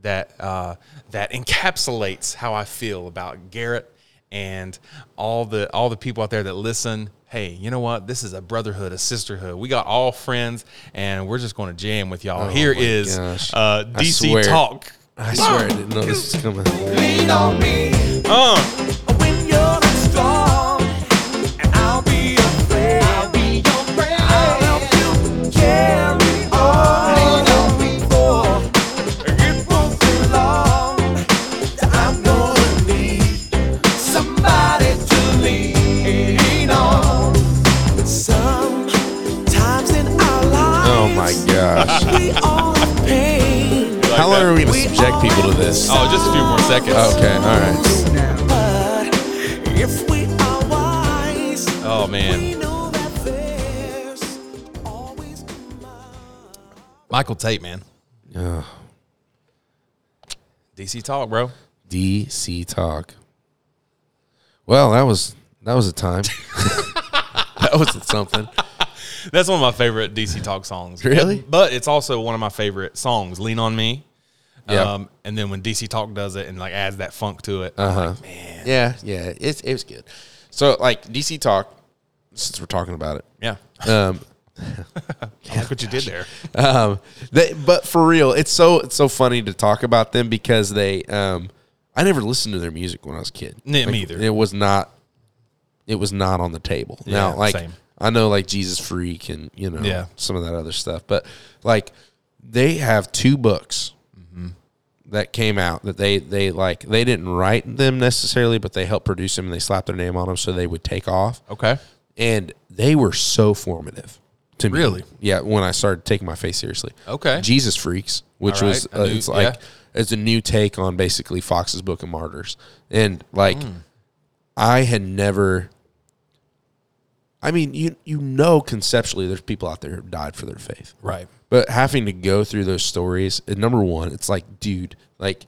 C: that uh, that encapsulates how I feel about Garrett and all the all the people out there that listen. Hey, you know what? This is a brotherhood, a sisterhood. We got all friends, and we're just going to jam with y'all. Here
B: Oh my
C: is
B: gosh.
C: uh,
B: I
C: DC
B: swear.
C: Talk.
B: I swear I didn't know this was coming.
D: Lean on me
C: Um,
D: when you're strong, and I'll be your friend. I'll be your friend. I'll help you carry on. Lean on me for it won't be long that I'm gonna need somebody to lean on. Sometimes in our lives,
B: Oh my gosh.
D: we all have pain.
B: How long are we going to
D: We
B: subject people to this?
C: oh, just a few more seconds.
B: Okay, all right.
D: But if we are wise,
C: Oh man.
D: we know that there's always tomorrow.
C: Michael Tate, man.
B: Ugh.
C: DC Talk, bro.
B: DC Talk. Well, that was that was a time. that was something.
C: That's one of my favorite DC Talk songs.
B: Really?
C: But it's also one of my favorite songs, Lean On Me.
B: Yeah.
C: Um, and then when DC Talk does it and like adds that funk to it,
B: Uh huh. Yeah, yeah. It's it was good. So like DC Talk, since we're talking about
C: yeah.
B: it, um,
C: I like what you did there.
B: um, they, but for real, it's so it's so funny to talk about them because they. Um, I never listened to their music when I was a kid.
C: Yeah, me
B: Like,
C: either.
B: It was not. It was not on the table.
C: Yeah,
B: now, like
C: same.
B: I know, like Jesus Freak and you know
C: Yeah.
B: some of that other stuff, but like they have two books
C: Mm-hmm.
B: that came out that they they like they didn't write them necessarily, but they helped produce them and they slapped their name on them so they would take off
C: Okay.
B: and they were so formative to me.
C: Really?
B: Yeah, when I started taking my faith seriously.
C: Okay.
B: Jesus Freaks, which
C: All right,
B: was
C: a
B: uh,
C: new-
B: it's like
C: yeah.
B: it's a new take on basically Fox's Book of Martyrs, and like
C: Hmm.
B: I had never. I mean, you you know conceptually, there's people out there who died for their faith,
C: Right.
B: but having to go through those stories, and number one, it's like, dude, like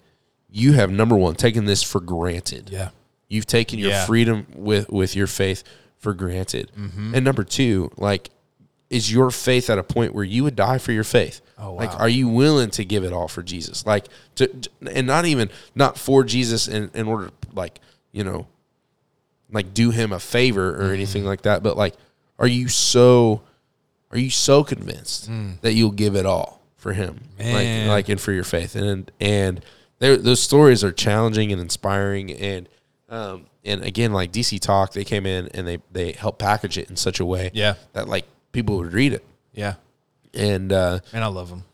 B: you have number one taken this for granted.
C: Yeah.
B: You've taken your
C: Yeah.
B: freedom with with your faith for granted.
C: Mm-hmm.
B: And number two, like is your faith at a point where you would die for your faith?
C: Oh, wow.
B: Like are you willing to give it all for Jesus? Like to and not even not for Jesus in, in order to like, you know, like do him a favor
C: Mm-hmm.
B: or anything like that, but like are you so are you so convinced that you'll give it all for him?
C: Mm. Man.
B: Like like and for your faith. And and they're- those stories are challenging and inspiring and um and again like DC Talk, they came in and they they helped package it in such a way
C: Yeah.
B: that like people would read it.
C: Yeah.
B: And uh
C: Man, I love them.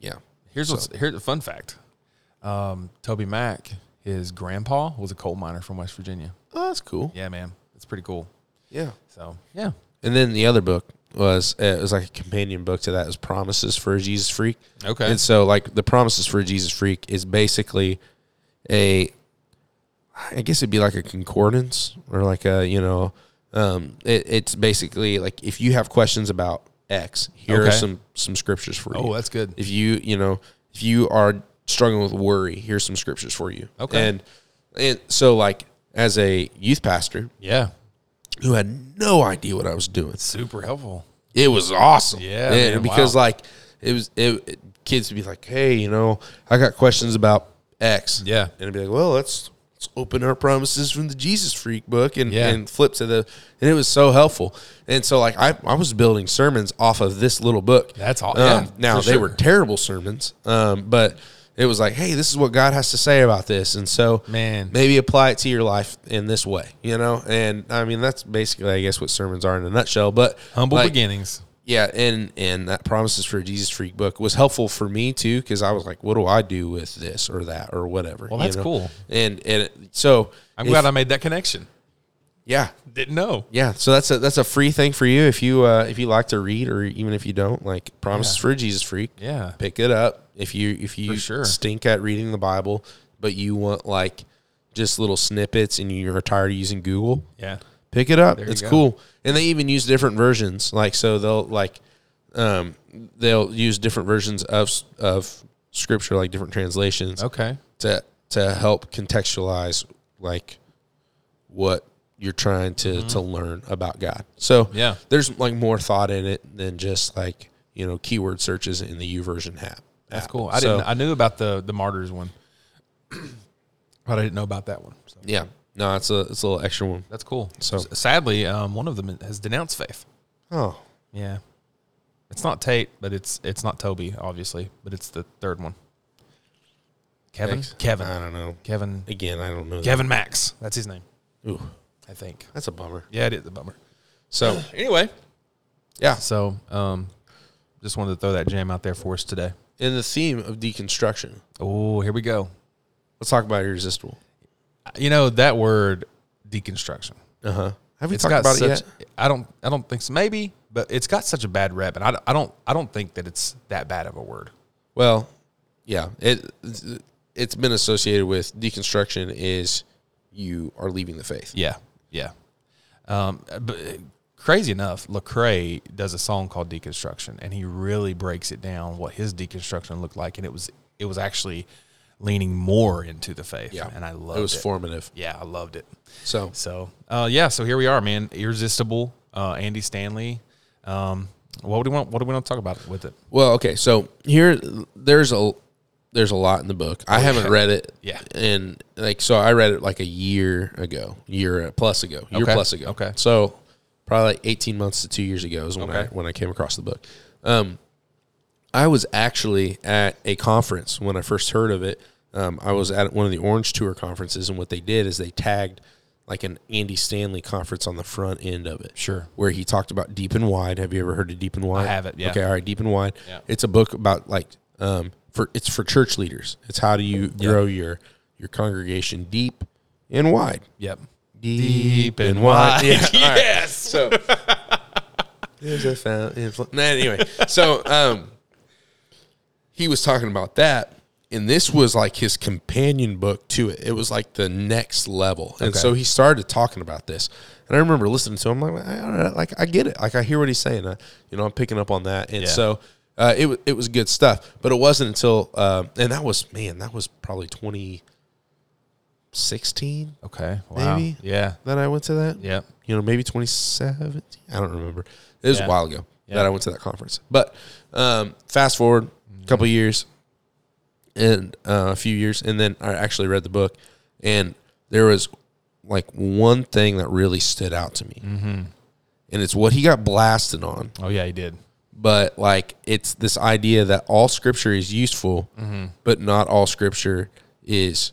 B: yeah.
C: Here's what's here's a fun fact. Um, Toby Mack, his grandpa was a coal miner from West Virginia.
B: Oh, that's cool.
C: Yeah, man, it's pretty cool.
B: Yeah.
C: So yeah,
B: And then the other book was uh, it was like a companion book to that is Promises for a Jesus Freak.
C: Okay.
B: And so like the Promises for a Jesus Freak is basically a I guess it'd be like a concordance or like a you know um it, it's basically like if you have questions about X, here are
C: Okay.
B: some some scriptures for you.
C: Oh, that's good.
B: If you you know if you are struggling with worry, here's some scriptures for you.
C: Okay.
B: And and so like as a youth pastor
C: yeah,
B: who had no idea what I was doing
C: super helpful.
B: it was awesome.
C: Yeah,
B: And
C: man,
B: because
C: wow.
B: like it was, it, it- kids would be like, "Hey, you know, I got questions about X."
C: Yeah.
B: and I'd be like, "Well, let's let's open our promises from the Jesus Freak book and
C: Yeah.
B: and flip to the." And it was so helpful. And so like I I was building sermons off of this little book.
C: That's aw-
B: awesome.
C: yeah,
B: now
C: for
B: they
C: sure.
B: were terrible sermons, um, but. It was like, hey, this is what God has to say about this, and so
C: Man.
B: maybe apply it to your life in this way, you know. And I mean, that's basically, I guess, what sermons are in a nutshell. But
C: Humble
B: like,
C: beginnings.
B: yeah, and and that promises for a Jesus freak book was helpful for me too because I was like, what do I do with this or that or whatever? Well,
C: that's cool.
B: And and it- so
C: I'm
B: if-
C: glad I made that connection.
B: yeah
C: Didn't know.
B: yeah. So that's a that's a free thing for you if you uh, if you like to read or even if you don't like promises for a Jesus freak.
C: Yeah.
B: pick it up if you if you
C: For sure.
B: stink at reading the Bible, but you want like just little snippets and you're tired of using Google
C: Yeah.
B: pick it up.
C: you
B: it's
C: go.
B: cool. And they even use different versions. Like so they'll like um they'll use different versions of s- of scripture like different translations
C: Okay.
B: to to help contextualize like what you're trying to to learn about God. So
C: Mm-hmm. Yeah.
B: there's like more thought in it than just like, you know, keyword searches in the Uversion app.
C: That's cool. I
B: So-
C: didn't. I knew about the the martyrs one, but I didn't know about that one. So
B: Yeah. No, it's a it's a little extra one.
C: that's cool.
B: So-
C: S- sadly, um, one of them has denounced faith.
B: Oh.
C: Yeah. It's not Tate, but it's it's not Toby, obviously, but it's the third one. Kevin.
B: Thanks.
C: Kevin.
B: Oh. I don't know.
C: Kevin.
B: Again, I don't know.
C: Kevin Max. That's his name,
B: Ooh,
C: I think.
B: that's a bummer.
C: Yeah, it is a bummer.
B: So
C: Anyway.
B: Yeah.
C: So, um, just wanted to throw that jam out there for us today.
B: in the theme of deconstruction,
C: Oh, here we go.
B: let's talk about irresistible.
C: You know that word, deconstruction.
B: Uh huh. Have we
C: It's
B: talked
C: got
B: about it
C: such.
B: yet?
C: I don't. I don't think so. Maybe, but it's got such a bad rep, and I, don't- I don't. I don't think that it's that bad of a word.
B: Well, yeah. It it's been associated with deconstruction is you are leaving the faith.
C: Yeah, yeah. Um, but crazy enough, Lecrae does a song called "Deconstruction," and he really breaks it down what his deconstruction looked like, and it was it was actually leaning more into the faith.
B: Yeah,
C: and I loved
B: it
C: it.
B: was formative.
C: yeah, I loved it.
B: So
C: So, uh, yeah, so here we are, man. Irresistible, uh, Andy Stanley. Um, what do we want? What do we want to talk about with it?
B: well, okay. So here, there's a there's a lot in the book. I haven't read it.
C: Yeah.
B: And like so, I read it like a year ago, year plus ago, year
C: Okay.
B: plus ago.
C: Okay.
B: So probably like eighteen months to two years ago is when I
C: Okay.
B: when I came across the book. Um, I was actually at a conference when I first heard of it. Um, I was at one of the Orange Tour conferences, and what they did is they tagged like an Andy Stanley conference on the front end of it.
C: Sure.
B: Where he talked about Deep and Wide. Have you ever heard of Deep and Wide?
C: have it, yeah.
B: Okay. All right. Deep and Wide.
C: Yeah.
B: It's a book about like um for it's for church leaders. It's how do you grow your your congregation deep and wide
C: Yep.
B: deep
C: and wide.
B: Yeah. Yes. So there's a fountain. fl- Nah, Anyway, so um, he was talking about that, and this was like his companion book to it. It was like the next level, and so he started talking about this. And I remember listening to him like, I, all right, like I get it, like I hear what he's saying. I, you know, I'm picking up on that, and
C: Yeah.
B: so. Uh, it, wa- it was good stuff, but it wasn't until, uh, and that was, man, that was probably 2016,
C: Okay. Wow.
B: Maybe.
C: Yeah.
B: that I went to that.
C: Yep.
B: You know, maybe 2017. I don't remember. It was
C: Yeah.
B: a while ago
C: Yeah.
B: that I went to that conference. But um, fast forward a couple
C: Mm-hmm.
B: years and uh, a few years, and then I actually read the book, and there was like one thing that really stood out to me,
C: Mm-hmm.
B: and it's what he got blasted on
C: Oh yeah, he did.
B: but like it's this idea that all scripture is useful,
C: Mm-hmm.
B: but not all scripture is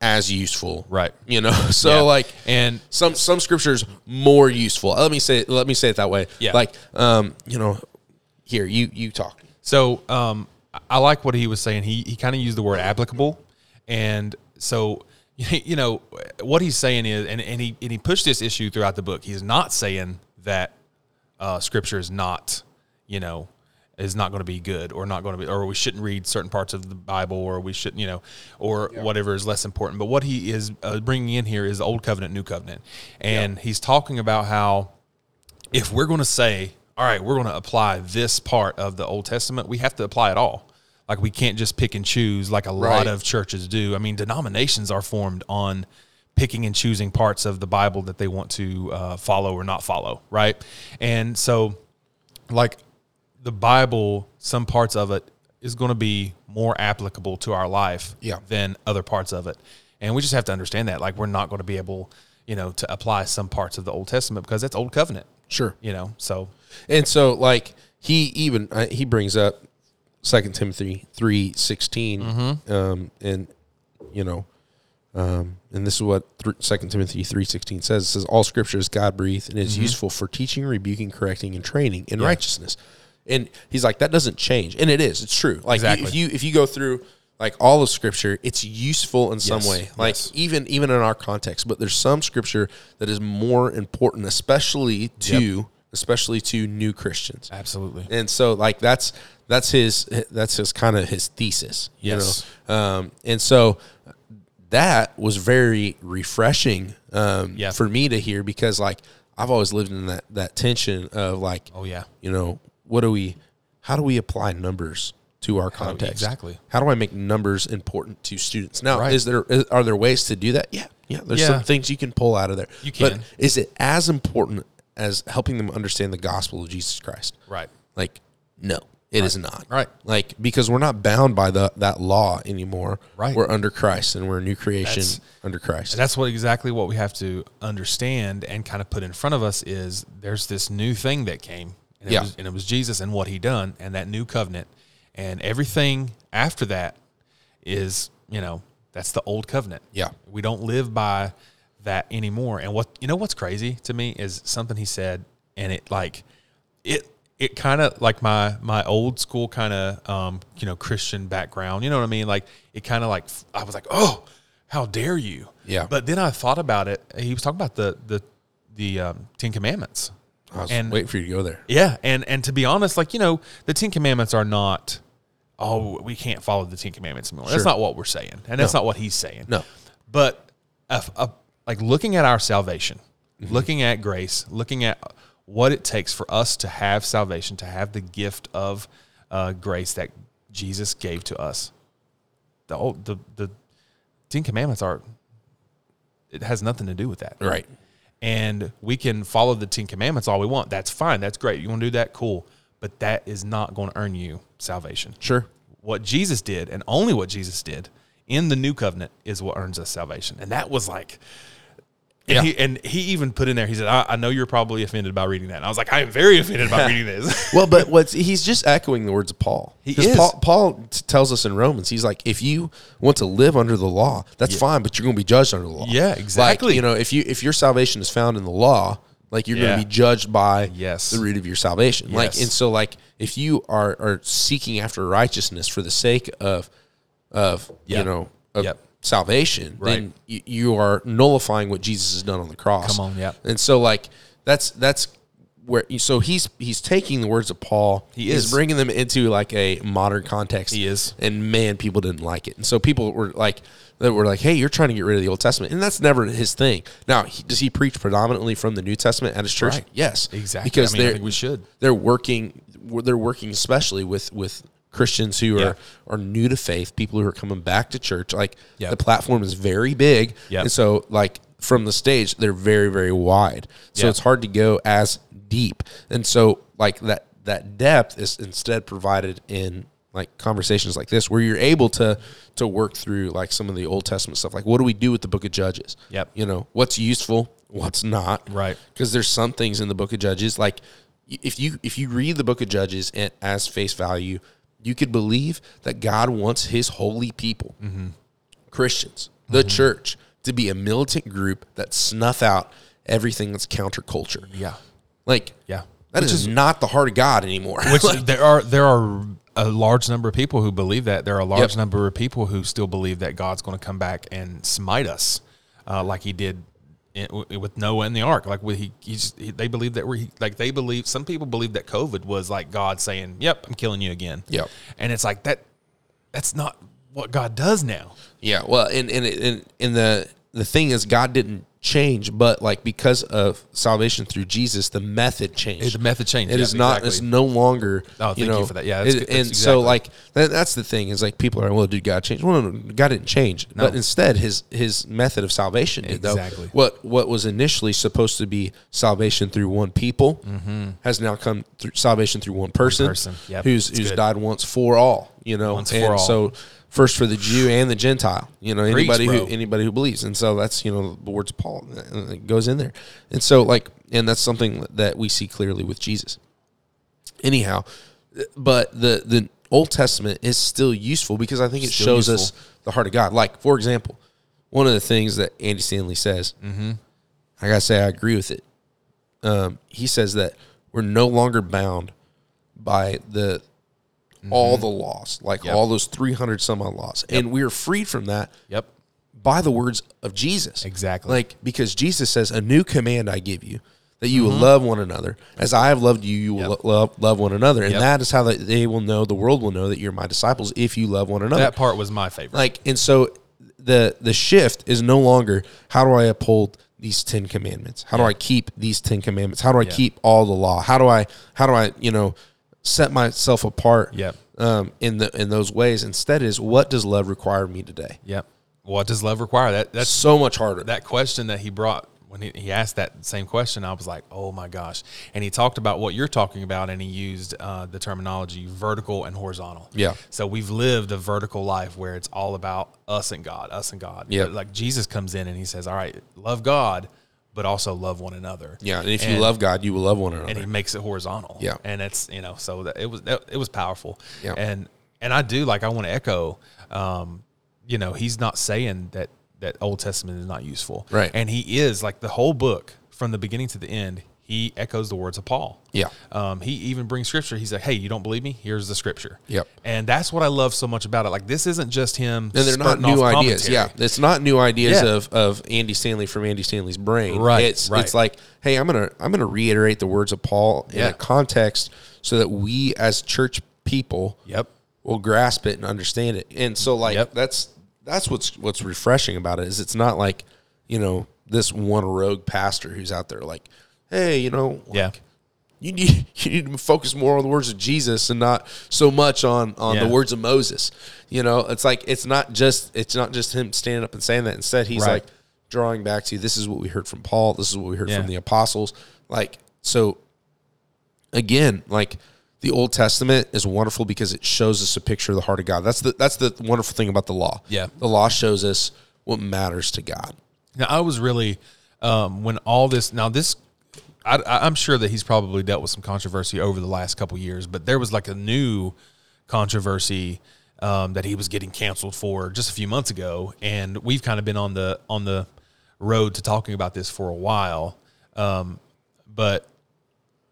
B: as useful.
C: Right.
B: You know, so like
C: And
B: some some scriptures more useful. Let me say let me say it that way.
C: Yeah.
B: Like um, you know, here you you talk.
C: So um, I- I like what he was saying. He he kind of used the word applicable, and so you know what he's saying is, and, and he and he pushed this issue throughout the book. He's not saying that uh, scripture is not, you know, is not going to be good or not going to be, or we shouldn't read certain parts of the Bible or we shouldn't, you know, or whatever is less important. But what he is uh, bringing in here is the old covenant, new covenant, and he's talking about how if we're going to say, all right, we're going to apply this part of the Old Testament, we have to apply it all. Like we can't just pick and choose like a lot
B: Right.
C: of churches do. I mean, denominations are formed on picking and choosing parts of the Bible that they want to uh, follow or not follow, right? And so, like the Bible, some parts of it is going to be more applicable to our life
B: Yeah.
C: than other parts of it. And we just have to understand that. Like, we're not going to be able, you know, to apply some parts of the Old Testament because that's Old Covenant.
B: Sure.
C: You know, so
B: And so like he even uh, he brings up Second Timothy three
C: Mm-hmm.
B: um, and you know, um, and this is what Second Timothy three sixteen says. It says all Scripture is God breathed and
C: Mm-hmm.
B: is useful for teaching, rebuking, correcting, and training in righteousness. And he's like that doesn't change, and it is. It's true. Like you-
C: Exactly.
B: if you if you go through like all of Scripture, it's useful in some
C: Yes,
B: way. Like
C: yes.
B: even even in our context, but there's some Scripture that is more important, especially to especially to new Christians.
C: absolutely.
B: And so like that's that's his that's his kind of his thesis, you
C: Yes.
B: know. Um and so that was very refreshing um
C: Yeah.
B: for me to hear because like I've always lived in that that tension of like
C: Oh, yeah.
B: you know, what do we how do we apply numbers to our context?
C: Oh, exactly.
B: How do I make numbers important to students? Now,
C: Right.
B: is there is, are there ways to do that? Yeah. Yeah, there's
C: Yeah.
B: some things you can pull out of there.
C: You
B: But
C: can.
B: is it as important as helping them understand the gospel of Jesus Christ?
C: Right.
B: Like, no, it is not.
C: Right.
B: Like, because we're not bound by the that law anymore.
C: Right.
B: We're under Christ and we're a new creation
C: That's-
B: under Christ.
C: That's what exactly what we have to understand and kind of put in front of us is there's this new thing that came. And it
B: Yeah.
C: was, and it was Jesus and what he done and that new covenant. And everything after that is, you know, that's the old covenant.
B: Yeah.
C: We don't live by that anymore. And what you know what's crazy to me is something he said and it like it it kind of like my my old school kind of um you know Christian background, you know what I mean? Like it kind of like I was like, "Oh, how dare you?"
B: Yeah.
C: But then I thought about it. He was talking about the the the um, Ten Commandments.
B: I was
C: and-
B: waiting for you to go there.
C: Yeah, and and to be honest, like you know, the Ten Commandments are not. Oh, we can't follow the Ten Commandments anymore. That's
B: Sure.
C: not what we're saying, and that's not what he's saying.
B: No.
C: but a, a, like looking at our salvation,
B: Mm-hmm.
C: looking at grace, looking at what it takes for us to have salvation, to have the gift of uh, grace that Jesus gave to us. The old, the the Ten Commandments are. It has nothing to do with that
B: Right.
C: and we can follow the Ten Commandments all we want. That's fine. That's great. You want to do that? Cool. But that is not going to earn you salvation.
B: Sure.
C: What Jesus did, and only what Jesus did in the new covenant, is what earns us salvation. And that was like, and,
B: Yeah.
C: he, and he even put in there, he said, I, I know you're probably offended by reading that. And I was like, I am very offended by reading this.
B: well, but what's he's just echoing the words of Paul.
C: He
B: 'Cause
C: is.
B: Paul, Paul t- tells us in Romans, he's like, if you want to live under the law, that's fine, but you're going to be judged under the law.
C: Yeah,
B: Like,
C: exactly.
B: you know, if you if your salvation is found in the law, like you're
C: Yeah.
B: going to be judged by
C: Yes.
B: the root of your salvation. Like,
C: Yes.
B: and so like if you are are seeking after righteousness for the sake of of
C: Yep.
B: you know of
C: Yep.
B: salvation,
C: Right.
B: then you, you are nullifying what Jesus has done on the cross.
C: Come on, yep.
B: And so like that's that's where so he's he's taking the words of Paul.
C: He
B: he's
C: is.
B: bringing them into like a modern context.
C: He is.
B: And man, people didn't like it. And so people were like that were like, "Hey, you're trying to get rid of the Old Testament." And that's never his thing. Now, he, does he preach predominantly from the New Testament at his church?
C: Right.
B: Yes.
C: Exactly.
B: Because
C: I mean, I
B: they're-
C: think we should.
B: they're working they're working especially with with Christians who
C: Yeah.
B: are are new to faith, people who are coming back to church. Like
C: Yep.
B: the platform is very big,
C: Yep.
B: and so like from the stage they're very very wide, so
C: Yeah.
B: it's hard to go as deep, and so like that that depth is instead provided in like conversations like this where you're able to to work through like some of the old testament stuff like what do we do with the book of judges
C: Yep.
B: you know what's useful what's not
C: Right.
B: because there's some things in the book of judges like y- if you if you read the book of judges and as face value you could believe that god wants his holy people christians the
C: Mm-hmm.
B: church to be a militant group that snuff out everything that's counterculture
C: Yeah.
B: like
C: Yeah.
B: that is not the heart of god anymore
C: Which
B: Like,
C: there are there are a large number of people who believe that. There are a large
B: Yep.
C: number of people who still believe that God's going to come back and smite us, uh, like He did in, w- with Noah and the Ark. Like we, he, he's, he, they believe that we, like they believe. Some people believe that COVID was like God saying, "Yep, I'm killing you again."
B: Yep.
C: And it's like that. That's not what God does now.
B: Yeah, well, and and and, and the the thing is, God didn't change, but like because of salvation through Jesus, the method changed.
C: The method changed,
B: It
C: yeah,
B: is not. It's
C: exactly.
B: no longer.
C: Oh, thank you
B: know,
C: for that. Yeah, that's
B: it-
C: good-
B: and
C: that's
B: so
C: exactly.
B: like that, that's the thing is like people are well, did God change? Well, no, no, God didn't change, but instead his his method of salvation did though.
C: Exactly.
B: What what was initially supposed to be salvation through one people has now come through salvation through one person,
C: Mm-hmm. person, yep,
B: who's
C: that's
B: who's
C: good.
B: died once for all. You know,
C: Once for
B: and
C: all.
B: so first for the Jew and the Gentile. You know,
C: Preach,
B: anybody
C: bro.
B: who anybody who believes, and so that's you know the words of Paul uh, it goes in there, and so like and that's something that we see clearly with Jesus. Anyhow, but the the Old Testament is still useful because I think it
C: Still
B: shows
C: useful.
B: us the heart of God. Like for example, one of the things that Andy Stanley says,
C: Mm-hmm.
B: I gotta say I agree with it. Um, he says that we're no longer bound by the all
C: Mm-hmm.
B: the laws, like all those 300 some odd laws. And we are freed from that
C: Yep.
B: by the words of Jesus.
C: Exactly.
B: Like, because Jesus says, A new command I give you, that you
C: Mm-hmm.
B: will love one another. As I have loved you, you will lo- love, love one another. And
C: Yep.
B: that is how that they will know, the world will know that you're my disciples if you love one another.
C: That part was my favorite.
B: Like, and so the the shift is no longer how do I uphold these ten commandments? How do I keep these ten commandments? How do I keep all the law? How do I how do I you know set myself apart?
C: Yep.
B: Um, in the in those ways, instead is what does love require of me today?
C: yep. What does love require? That that's
B: So much harder.
C: that question that he brought when he, he asked that same question, I was like, oh my gosh. And he talked about what you're talking about, and he used uh, the terminology vertical and horizontal.
B: Yeah.
C: So we've lived a vertical life where it's all about us and God, us and God.
B: Yeah.
C: But, Like Jesus comes in and he says, all right, love God, but also love one another.
B: yeah, and if you love God, you will love one another.
C: and he makes it horizontal.
B: Yeah.
C: and it's you know so that it was that, it was powerful.
B: Yeah.
C: and and I do like I want to echo, um, you know, he's not saying that that Old Testament is not useful,
B: Right.
C: And he is like the whole book from the beginning to the end. He echoes the words of Paul.
B: Yeah.
C: Um, he even brings scripture. He's like, "Hey, you don't believe me? Here's the scripture."
B: Yep.
C: And that's what I love so much about it. Like, this isn't just him.
B: and they're not
C: spurting off
B: new ideas.
C: commentary.
B: Yeah, it's not new ideas
C: Yeah.
B: of of Andy Stanley from Andy Stanley's brain.
C: Right,
B: It's
C: right.
B: it's like, hey, I'm gonna I'm gonna reiterate the words of Paul in
C: Yeah.
B: a context so that we as church people
C: Yep.
B: will grasp it and understand it. And so like
C: Yep.
B: that's that's what's what's refreshing about it is it's not like you know this one rogue pastor who's out there like, hey, you know, like,
C: Yeah.
B: you need you need to focus more on the words of Jesus and not so much on on
C: Yeah.
B: the words of Moses. You know, it's like it's not just it's not just him standing up and saying that. Instead, he's
C: Right.
B: like drawing back to this is what we heard from Paul. This is what we heard
C: Yeah.
B: from the apostles. Like so, again, like the Old Testament is wonderful because it shows us a picture of the heart of God. That's the that's the wonderful thing about the law.
C: Yeah.
B: the law shows us what matters to God.
C: Now I was really um, when all this. Now this, I, I- I'm sure that he's probably dealt with some controversy over the last couple years, but there was like a new controversy um, that he was getting canceled for just a few months ago, and we've kind of been on the on the road to talking about this for a while. Um, but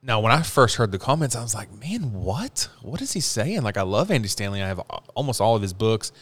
C: now, when I first heard the comments, I was like, "Man, what? What is he saying?" Like, I love Andy Stanley. I have a- almost all of his books,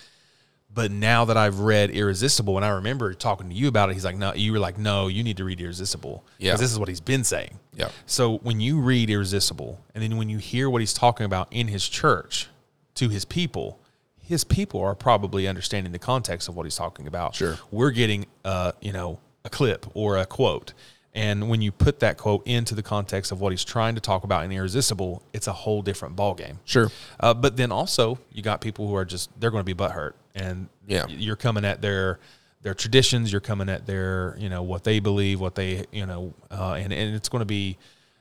C: But now that I've read Irresistible, and I remember talking to you about it, he's like, "No," you were like, "No, you need to read Irresistible."
B: Yeah.
C: this is what he's been saying.
B: Yeah.
C: So when you read Irresistible, and then when you hear what he's talking about in his church to his people, his people are probably understanding the context of what he's talking about.
B: Sure.
C: We're getting, uh, you know, a clip or a quote. And when you put that quote into the context of what he's trying to talk about in Irresistible, it's a whole different ballgame.
B: Sure.
C: Uh, but then also, you got people who are just they're going to be butthurt, and
B: Yeah.
C: you're coming at their their traditions. You're coming at their you know what they believe, what they you know, uh, and and it's going to be,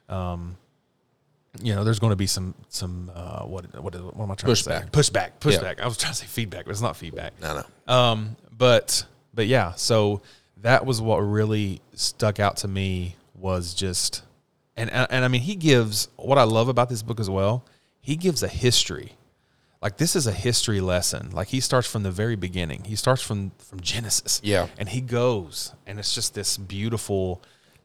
C: um, you know, there's going to be some some uh, what what what am I trying
B: Pushback.
C: to say? Pushback,
B: Yeah.
C: pushback. I was trying to say feedback, but it's not feedback.
B: I know.
C: Um, but but yeah, so that was what really stuck out to me was just, and and, and I mean, he gives what I love about this book as well. He gives a history, like this is a history lesson. Like he starts from the very beginning. He starts from from Genesis.
B: Yeah.
C: and he goes, and it's just this beautiful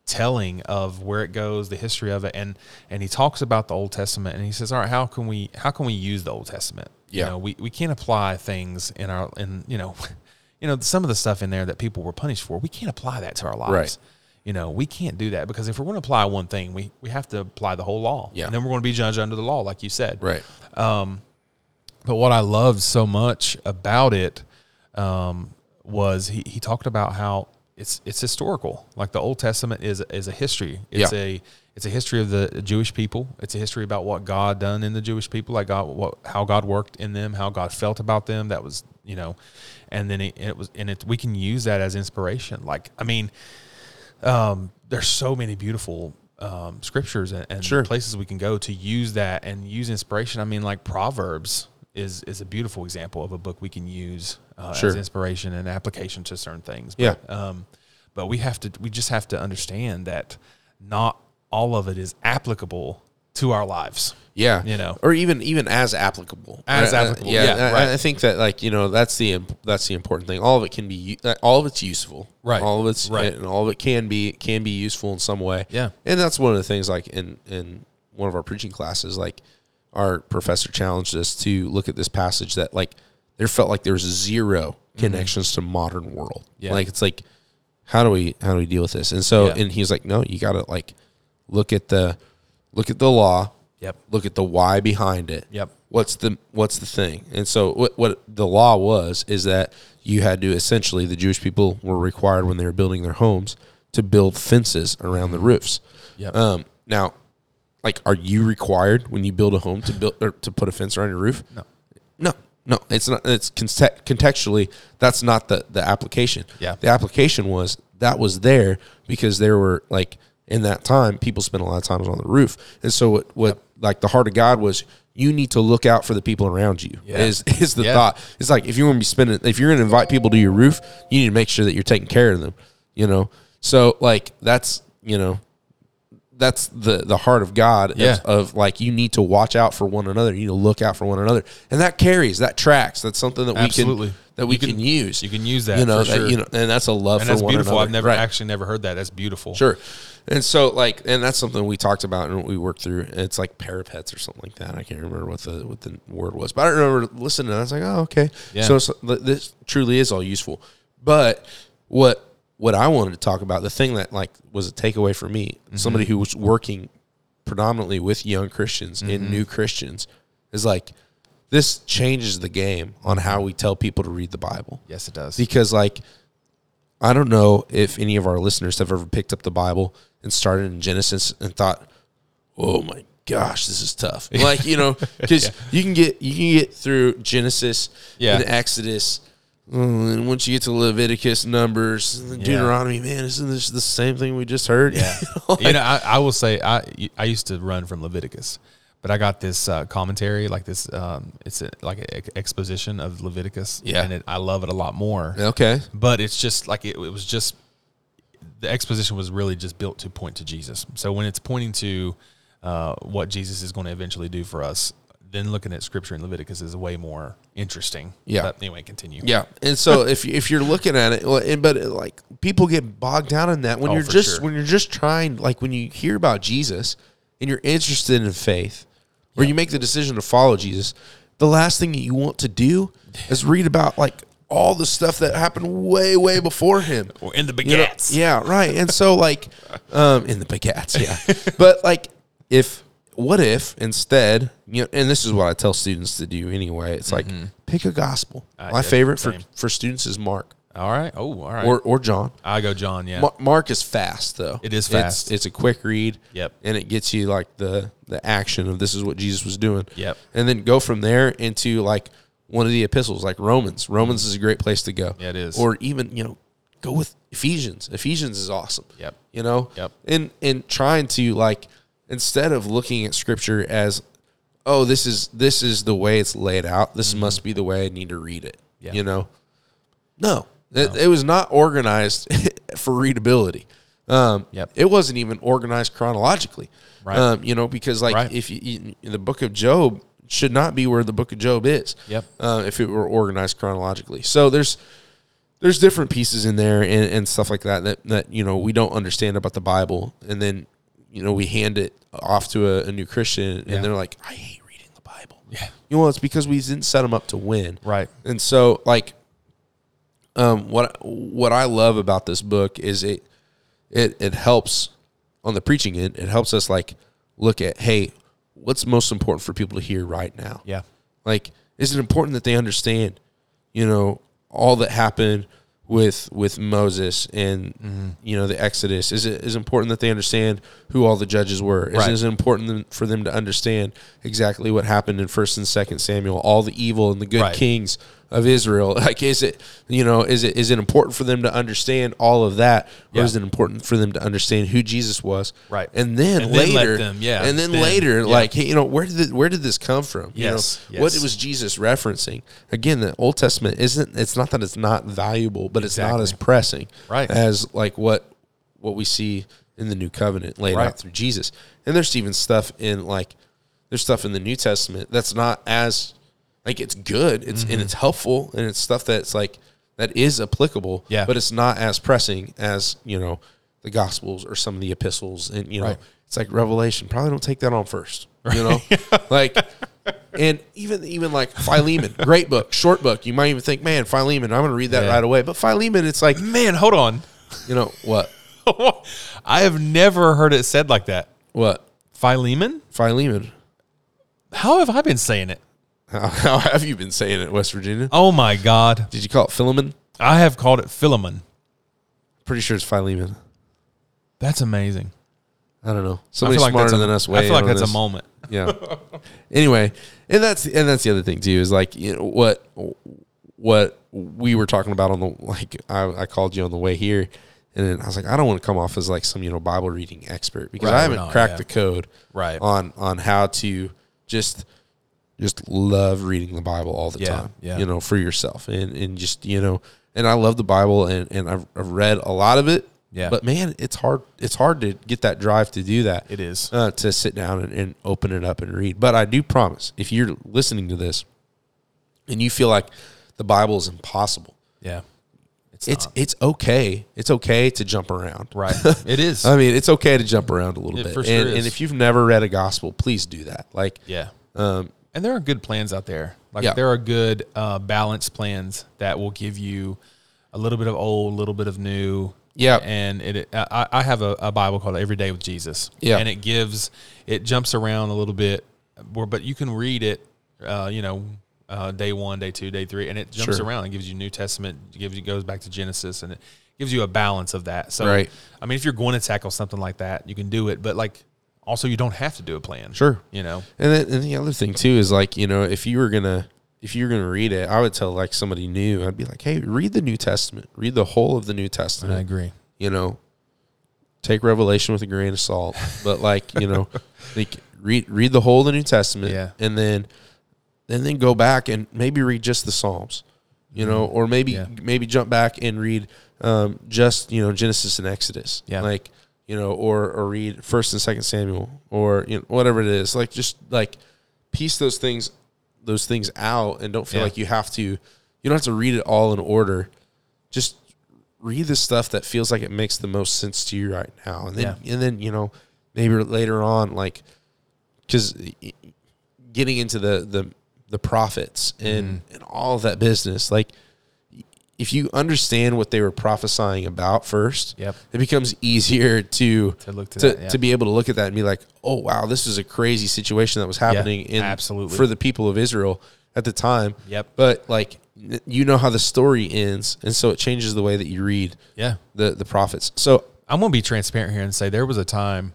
C: telling of where it goes the history of it and and he talks about the old testament and he says all right how can we how can we use the old testament
B: Yeah.
C: you know we, we can't apply things in our in you know you know some of the stuff in there that people were punished for we can't apply that to our lives
B: Right.
C: you know we can't do that because if we're going to apply one thing we we have to apply the whole law
B: Yeah.
C: and then we're going to be judged under the law like you said
B: Right.
C: but what I loved so much about it um, was he, he talked about how it's it's historical. Like the Old Testament is is a history. It's
B: Yeah.
C: a it's a history of the Jewish people. It's a history about what God done in the Jewish people, like God, what how God worked in them, how God felt about them. That was you know, and then it, it was and it we can use that as inspiration. Like I mean, um, there's so many beautiful um, scriptures and, and
B: Sure.
C: places we can go to use that and use inspiration. I mean, like Proverbs is is a beautiful example of a book we can use uh,
B: Sure.
C: as inspiration and application to certain things.
B: Yeah.
C: Um, but we have to we just have to understand that not all of it is applicable to our lives.
B: Yeah,
C: You know.
B: or even even as applicable,
C: As
B: I- I-
C: applicable,
B: yeah,
C: yeah,
B: I-
C: right.
B: I, think that like you know that's the imp- that's the important thing. All of it can be u- uh, all of it's useful,
C: Right.
B: All of it's
C: Right.
B: and all of it can be can be useful in some way.
C: Yeah.
B: and that's one of the things like in in one of our preaching classes, like our professor challenged us to look at this passage that like there felt like there was zero connections to modern world.
C: Mm-hmm. Yeah.
B: like it's like how do we how do we deal with this? And so
C: Yeah.
B: and he's like, no, you got to like look at the look at the law
C: Yep.
B: look at the why behind it.
C: Yep.
B: What's the what's the thing? And so what what the law was is that you had to essentially the Jewish people were required when they were building their homes to build fences around the roofs.
C: Mm-hmm. Yep.
B: Um, now, like, are you required when you build a home to build or to put a fence around your roof? No. No. No, it's not. It's conte- contextually. That's not the the application.
C: Yeah.
B: the application was that was there because there were like in that time people spent a lot of time on the roof, and so what what like the heart of God was you need to look out for the people around you.
C: Yeah.
B: Is is the
C: Yeah.
B: thought? It's like if you want to be spending, if you're going to invite people to your roof, you need to make sure that you're taking care of them. You know, so like that's you know that's the the heart of God of-
C: Yeah.
B: of, like you need to watch out for one another. You need to look out for one another, and that carries, that tracks. That's something that we
C: Absolutely.
B: can that we
C: You
B: can,
C: can-
B: use.
C: you can use that
B: you know,
C: for
B: that,
C: sure.
B: you know, and that's a love
C: And
B: for
C: that's
B: one
C: beautiful.
B: another.
C: I've never
B: Right.
C: actually never heard that. That's beautiful.
B: Sure. And so like and that's something we talked about and we worked through. It's like parapets or something like that. I can't remember what the what the word was. But I remember listening and I was like, "Oh, okay."
C: Yeah.
B: So it's, this truly is all useful. But what what I wanted to talk about, the thing that like was a takeaway for me, somebody who was working predominantly with young Christians and new Christians is like this changes the game on how we tell people to read the Bible
C: Yes, it does.
B: because like I don't know if any of our listeners have ever picked up the Bible and started in Genesis and thought, "Oh my gosh, this is tough." Like you know, because you can get you can get through Genesis
C: Yeah.
B: and Exodus. mm, And once you get to Leviticus, Numbers, and then Deuteronomy, man, isn't this the same thing we just heard? Yeah,
C: you know, I, I will say I I used to run from Leviticus, but I got this uh, commentary like this. Um, it's a, like an exposition of Leviticus.
B: Yeah.
C: and it, I love it a lot more.
B: okay,
C: But it's just like it, it was just the exposition was really just built to point to Jesus. So when it's pointing to uh, what Jesus is going to eventually do for us, then looking at Scripture in Leviticus is way more interesting.
B: Yeah.
C: But anyway, continue.
B: yeah. And so if you- if you're looking at it, well, and- but uh, like people get bogged down in that when
C: Oh,
B: you're
C: for
B: just
C: sure.
B: when you're just trying, like when you hear about Jesus and you're interested in faith, or you make the decision to follow Jesus, the last thing that you want to do is read about like all the stuff that happened way, way before him.
C: Or in the
B: You know?
C: begats.
B: Yeah, right. And so like um in the bagats, yeah. but like if what if instead, you know, and this is what I tell students to do anyway. It's like pick a gospel. My
C: yeah,
B: favorite for,
C: Mm-hmm. same.
B: for students is Mark
C: All right. Oh, all right.
B: or or John.
C: I go John. Yeah.
B: Mar- Mark is fast though.
C: It is
B: It's-
C: fast.
B: It's, a quick read.
C: Yep.
B: And it gets you like the the action of this is what Jesus was doing.
C: Yep.
B: And then go from there into like one of the epistles, like Romans. Romans is a great place to go.
C: Yeah, it is.
B: Or even you know go with Ephesians. Ephesians is awesome.
C: Yep.
B: You know.
C: Yep.
B: And and trying to like instead of looking at Scripture as oh this is this is the way it's laid out this must be the way I need to read it.
C: Yeah.
B: You know. No, it, it was not organized for readability. Um,
C: Yep.
B: It wasn't even organized chronologically.
C: Right.
B: Um, you know, because like
C: Right.
B: if you, you, the book of Job should not be where the book of Job is.
C: Yep.
B: Uh, if it were organized chronologically, so there's there's different pieces in there and, and stuff like that, that that you know we don't understand about the Bible, and then you know we hand it off to a, a new Christian, and
C: Yeah.
B: they're like, I hate reading the Bible.
C: Yeah.
B: You know, it's because we didn't set them up to win.
C: Right.
B: And so like um what what I love about this book is it it it helps on the preaching end, it helps us like look at, hey, what's most important for people to hear right now?
C: Yeah.
B: Like, is it important that they understand, you know, all that happened with with Moses and
C: Mm-hmm.
B: you know the Exodus? Is it is it important that they understand who all the judges were? Is,
C: Right.
B: it- is it important them- for them to understand exactly what happened in First and Second Samuel, all the evil and the good
C: Right.
B: kings of Israel? Like, is it you know is it is it important for them to understand all of that, or
C: Yeah.
B: is it important for them to understand who Jesus was?
C: Right.
B: and then
C: And then let
B: later,
C: them, yeah,
B: and then
C: then,
B: later,
C: yeah.
B: like hey, you know, where did the, where did this come from? You know,
C: Yes,
B: what
C: yes.
B: was Jesus referencing? Again, the Old Testament isn't. It's not that it's not valuable, but it's not
C: Exactly.
B: as pressing,
C: Right.
B: As like what what we see in the New Covenant laid
C: Right.
B: out through Jesus, and there's even stuff in like there's stuff in the New Testament that's not as like it's good, it's
C: Mm-hmm.
B: and it's helpful, and it's stuff that's like that is applicable,
C: Yeah.
B: But it's not as pressing as you know the Gospels or some of the epistles, and you know
C: Right.
B: it's like Revelation. Probably don't take that on first, you know, like and even even like Philemon, great book, short book. You might even think, man, Philemon, I'm going to read that
C: Yeah.
B: right away. But Philemon, it's like,
C: Man, hold on.
B: you know what,
C: I have never heard it said like that.
B: what
C: Philemon?
B: Philemon?
C: How have I been saying it?
B: How, how have you been saying it, West Virginia?
C: Oh my God.
B: Did you call it Philemon?
C: I have called it Philemon.
B: Pretty sure it's Philemon.
C: That's amazing.
B: I don't know.
C: I
B: Somebody
C: feel like
B: smarter
C: that's a-
B: than us.
C: I
B: weigh in
C: feel like
B: on
C: that's
B: this.
C: a moment.
B: Yeah. anyway, and that's and that's the other thing too is like you know what what we were talking about on the like I, I called you on the way here, and then I was like I don't want to come off as like some you know Bible reading expert because I
C: Right,
B: haven't
C: no,
B: cracked
C: yeah.
B: the code
C: Right.
B: on on how to just just love reading the Bible all the
C: Yeah,
B: time.
C: yeah.
B: You know, for yourself and and just you know and I love the Bible and and I've, I've read a lot of it.
C: Yeah.
B: But man, it's hard. It's hard to get that drive to do that
C: It is.
B: uh, to sit down and, and open it up and read. But I do promise, if you're listening to this and you feel like the Bible is impossible,
C: Yeah. It's,
B: it's
C: not.
B: it's okay. It's okay to jump around.
C: right. It is.
B: I mean, it's okay to jump around a little
C: It
B: bit.
C: for sure
B: and, and
C: is.
B: if you've never read a gospel, please do that. Like,
C: yeah.
B: um,
C: And there are good plans out there. Like
B: Yeah.
C: there are good uh, balanced plans that will give you a little bit of old, a little bit of new.
B: Yeah.
C: And it, I, I have a, a Bible called Every Day with Jesus.
B: Yeah.
C: And it gives, it jumps around a little bit, where- but you can read it, uh, you know, uh, day one, day two, day three, and it jumps
B: Sure.
C: around. It gives you New Testament, it gives you goes back to Genesis, and it gives you a balance of that. So,
B: Right.
C: I mean, if you're going to tackle something like that, you can do it, but like also you don't have to do a plan.
B: Sure.
C: You know.
B: And then and the other thing too is like you know if you were gonna if you were gonna read it, I would tell like somebody new. I'd be like, hey, read the New Testament, read the whole of the New Testament.
C: agree.
B: you know, take Revelation with a grain of salt, but like you know, like read read the whole of the New Testament,
C: Yeah.
B: and then and then go back and maybe read just the Psalms, you know, or maybe
C: Mm-hmm. Yeah.
B: maybe jump back and read um, just you know Genesis and Exodus,
C: Yeah.
B: like you know, or or read First and Second Samuel, or you know whatever it is, like just like piece those things those things out and don't feel
C: Yeah.
B: like you have to you don't have to read it all in order just read the stuff that feels like it makes the most sense to you right now and then and then you know maybe later on like because
C: Mm-hmm.
B: getting into the the the profits and and all of that business like if you understand what they were prophesying about first,
C: Yep.
B: it becomes easier to to,
C: look to
B: to,
C: that, yeah.
B: be able to look at that and be like, oh wow, this is a crazy situation that was happening in
C: absolutely.
B: for the people of Israel at the time.
C: Yep.
B: But like n- you know how the story ends, and so it changes the way that you read
C: Yeah.
B: the the prophets. So
C: I'm gonna be transparent here and say there was a time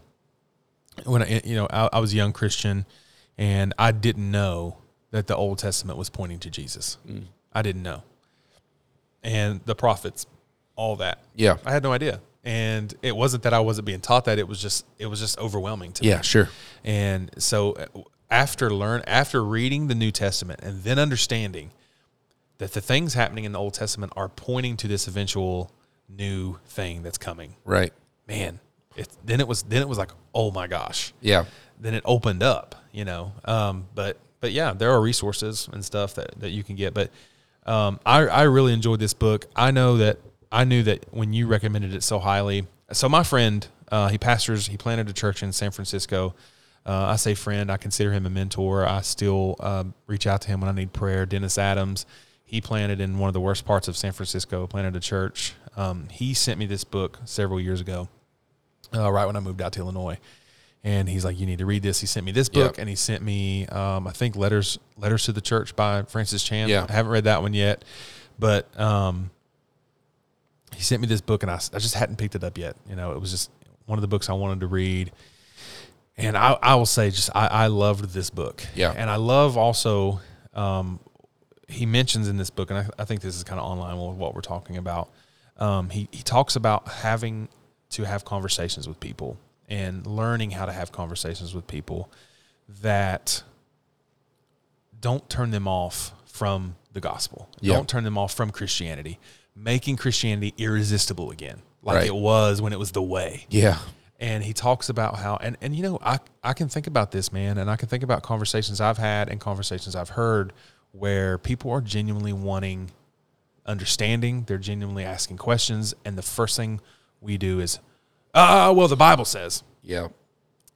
C: when I, you know I, I was a young Christian and I didn't know that the Old Testament was pointing to Jesus.
B: Mm.
C: I didn't know, and the prophets, all that.
B: Yeah.
C: I had no idea, and it wasn't that I wasn't being taught that. It was just it was just overwhelming to me.
B: yeah, sure.
C: And so uh, after learn after reading the New Testament and then understanding that the things happening in the Old Testament are pointing to this eventual new thing that's coming.
B: Right.
C: Man, it, then it was then it was like, "Oh my gosh."
B: Yeah.
C: Then it opened up, you know. Um but but yeah, there are resources and stuff that that you can get, but um I I really enjoyed this book. I know that I knew that when you recommended it so highly. So my friend, uh, he pastors, he planted a church in San Francisco. Uh, I say friend, I consider him a mentor. I still um, reach out to him when I need prayer. Dennis Adams, he planted in one of the worst parts of San Francisco, planted a church. Um, he sent me this book several years ago, uh, right when I moved out to Illinois. And he's like, "You need to read this." He sent me this
B: Yep.
C: book, and he sent me, um, I think, letters letters to the church by Francis Chan.
B: Yeah.
C: I haven't read that one yet, but um, he sent me this book, and I, s- I just hadn't picked it up yet. You know, it was just one of the books I wanted to read. And I, I will say, just I, I loved this book.
B: Yeah.
C: And I love also, um, he mentions in this book, and I, I think this is kind of online with what we're talking about. Um, he, he talks about having to have conversations with people and learning how to have conversations with people that don't turn them off from the gospel.
B: Yeah.
C: Don't turn them off from Christianity, making Christianity irresistible again, like
B: Right.
C: it was when it was the way
B: Yeah.
C: and he talks about how and and you know I I can think about this man and I can think about conversations I've had and conversations I've heard where people are genuinely wanting understanding, they're genuinely asking questions and the first thing we do is ah well the bible says
B: Yeah.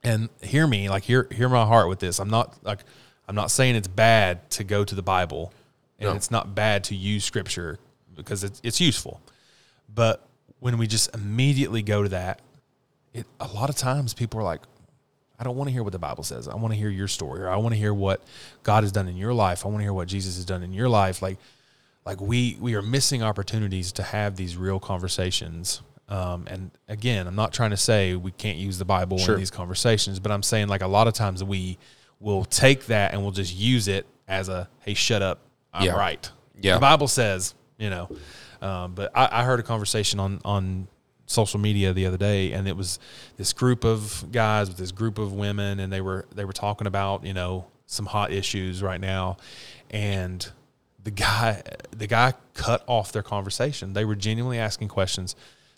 C: and hear me like hear hear my heart with this i'm not like i'm not saying it's bad to go to the bible and
B: No.
C: it's not bad to use scripture because it's, it's useful but when we just immediately go to that it, a lot of times people are like i don't want to hear what the bible says i want to hear your story or i want to hear what god has done in your life i want to hear what jesus has done in your life like like we we are missing opportunities to have these real conversations um, and again i'm not trying to say we can't use the bible
B: Sure.
C: in these conversations but i'm saying like a lot of times we will take that and we'll just use it as a hey shut up i'm
B: Yeah.
C: right
B: Yeah.
C: the bible says you know um, but I, I heard a conversation on on social media the other day and it was this group of guys with this group of women and they were they were talking about you know some hot issues right now and the guy the guy cut off their conversation they were genuinely asking questions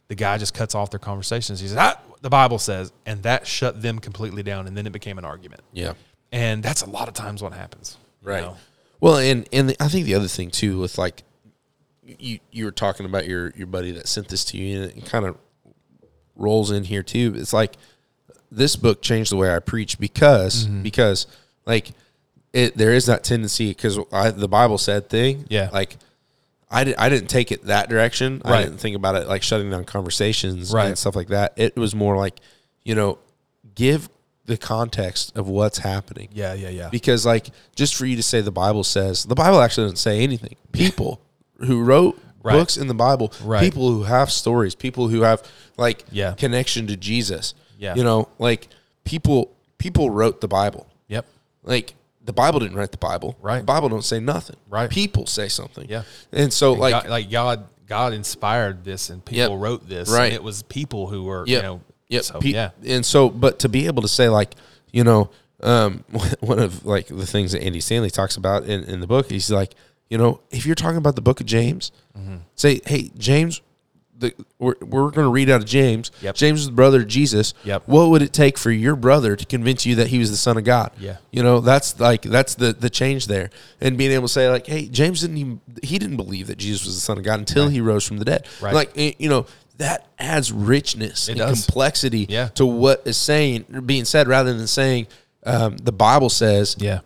C: the guy just cuts off their conversations he says ah, the bible says and that shut them completely down and then it became an argument
B: Yeah.
C: and that's a lot of times what happens you
B: right
C: know?
B: well and and the, i think the other thing too with like you you were talking about your your buddy that sent this to you and it kind of rolls in here too but it's like this book changed the way i preach because
C: Mm-hmm.
B: because like it there is that tendency because the bible said thing
C: Yeah.
B: like I, di- I didn't take it that direction. I
C: Right.
B: didn't think about it like shutting down conversations
C: Right.
B: and stuff like that. It was more like, you know, give the context of what's happening
C: yeah yeah yeah
B: because like just for you to say the bible says the bible actually doesn't say anything people who wrote
C: Right.
B: books in the bible
C: Right.
B: people who have stories people who have like
C: Yeah.
B: connection to jesus
C: Yeah.
B: you know like people people wrote the bible
C: yep
B: like the bible didn't write the bible
C: Right.
B: the bible don't say nothing
C: Right.
B: people say something
C: Yeah.
B: and so like
C: God, like God, God inspired this, and people
B: Yep.
C: wrote this,
B: Right.
C: And it was people who were,
B: Yeah.
C: you know,
B: yeah.
C: so,
B: Pe-
C: yeah,
B: And so, but to be able to say like, you know, um, one of like the things that Andy Stanley talks about in, in the book, he's like, you know, if you're talking about the book of James,
C: Mm-hmm.
B: say, hey, James, the, we're, we're going to read out of James.
C: Yep.
B: James was the brother of Jesus.
C: Yep.
B: What would it take for your brother to convince you that he was the son of God?
C: Yeah.
B: You know, that's like, that's the, the change there. And being able to say like, hey, James didn't even, he didn't believe that Jesus was the son of God until he rose from the dead.
C: Right.
B: Like, eh, you know, that adds richness and
C: does.
B: complexity
C: Yeah.
B: to what is saying being said rather than saying um, the Bible says
C: yeah,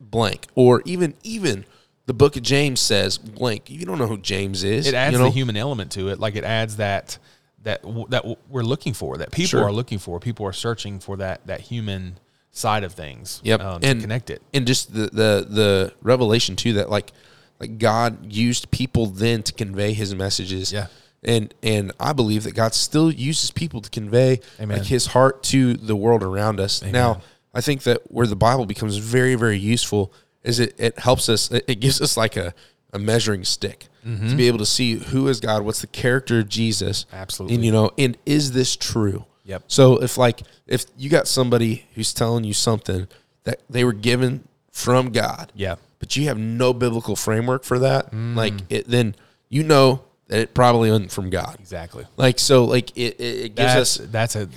B: blank or even even the book of James says blank. You don't know who James is.
C: It adds
B: you know?
C: the human element to it. Like it adds that that w- that w- we're looking for, that people
B: Sure.
C: are looking for. People are searching for that that human side of things.
B: Yep.
C: um,
B: and
C: to connect it.
B: And just the the the revelation too that like like God used people then to convey his messages.
C: Yeah.
B: And and I believe that God still uses people to convey
C: Amen.
B: like his heart to the world around us. Now, I think that where the Bible becomes very, very useful is it, it helps us it, it gives us like a, a measuring stick
C: Mm-hmm.
B: to be able to see who is God, what's the character of Jesus.
C: Absolutely.
B: And you know, and is this true?
C: Yep.
B: So if like if you got somebody who's telling you something that they were given from God,
C: Yeah. Mm.
B: but you have no biblical framework for that, like it, then you know that it probably wasn't from God.
C: Exactly.
B: Like so, like it, it, it gives
C: That's
B: us
C: that's a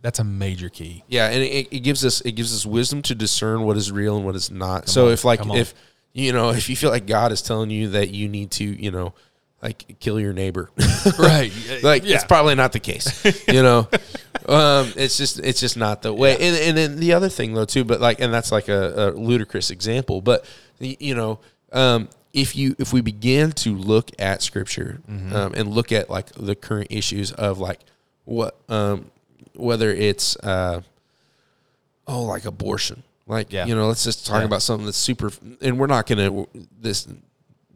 C: that's a major key.
B: yeah, and it, it gives us it gives us wisdom to discern what is real and what is not. so if like
C: come on.
B: if you know if you feel like God is telling you that you need to you know like kill your neighbor,
C: Right.
B: like it's probably not the case you know um, it's just it's just not the way and, and then the other thing though too but like and that's like a, a ludicrous example but y- you know um, if you if we begin to look at scripture
C: Mm-hmm.
B: um, and look at like the current issues of like what um, whether it's uh, oh like abortion like
C: Yeah.
B: you know let's just talk
C: Yeah.
B: about something that's super and we're not gonna this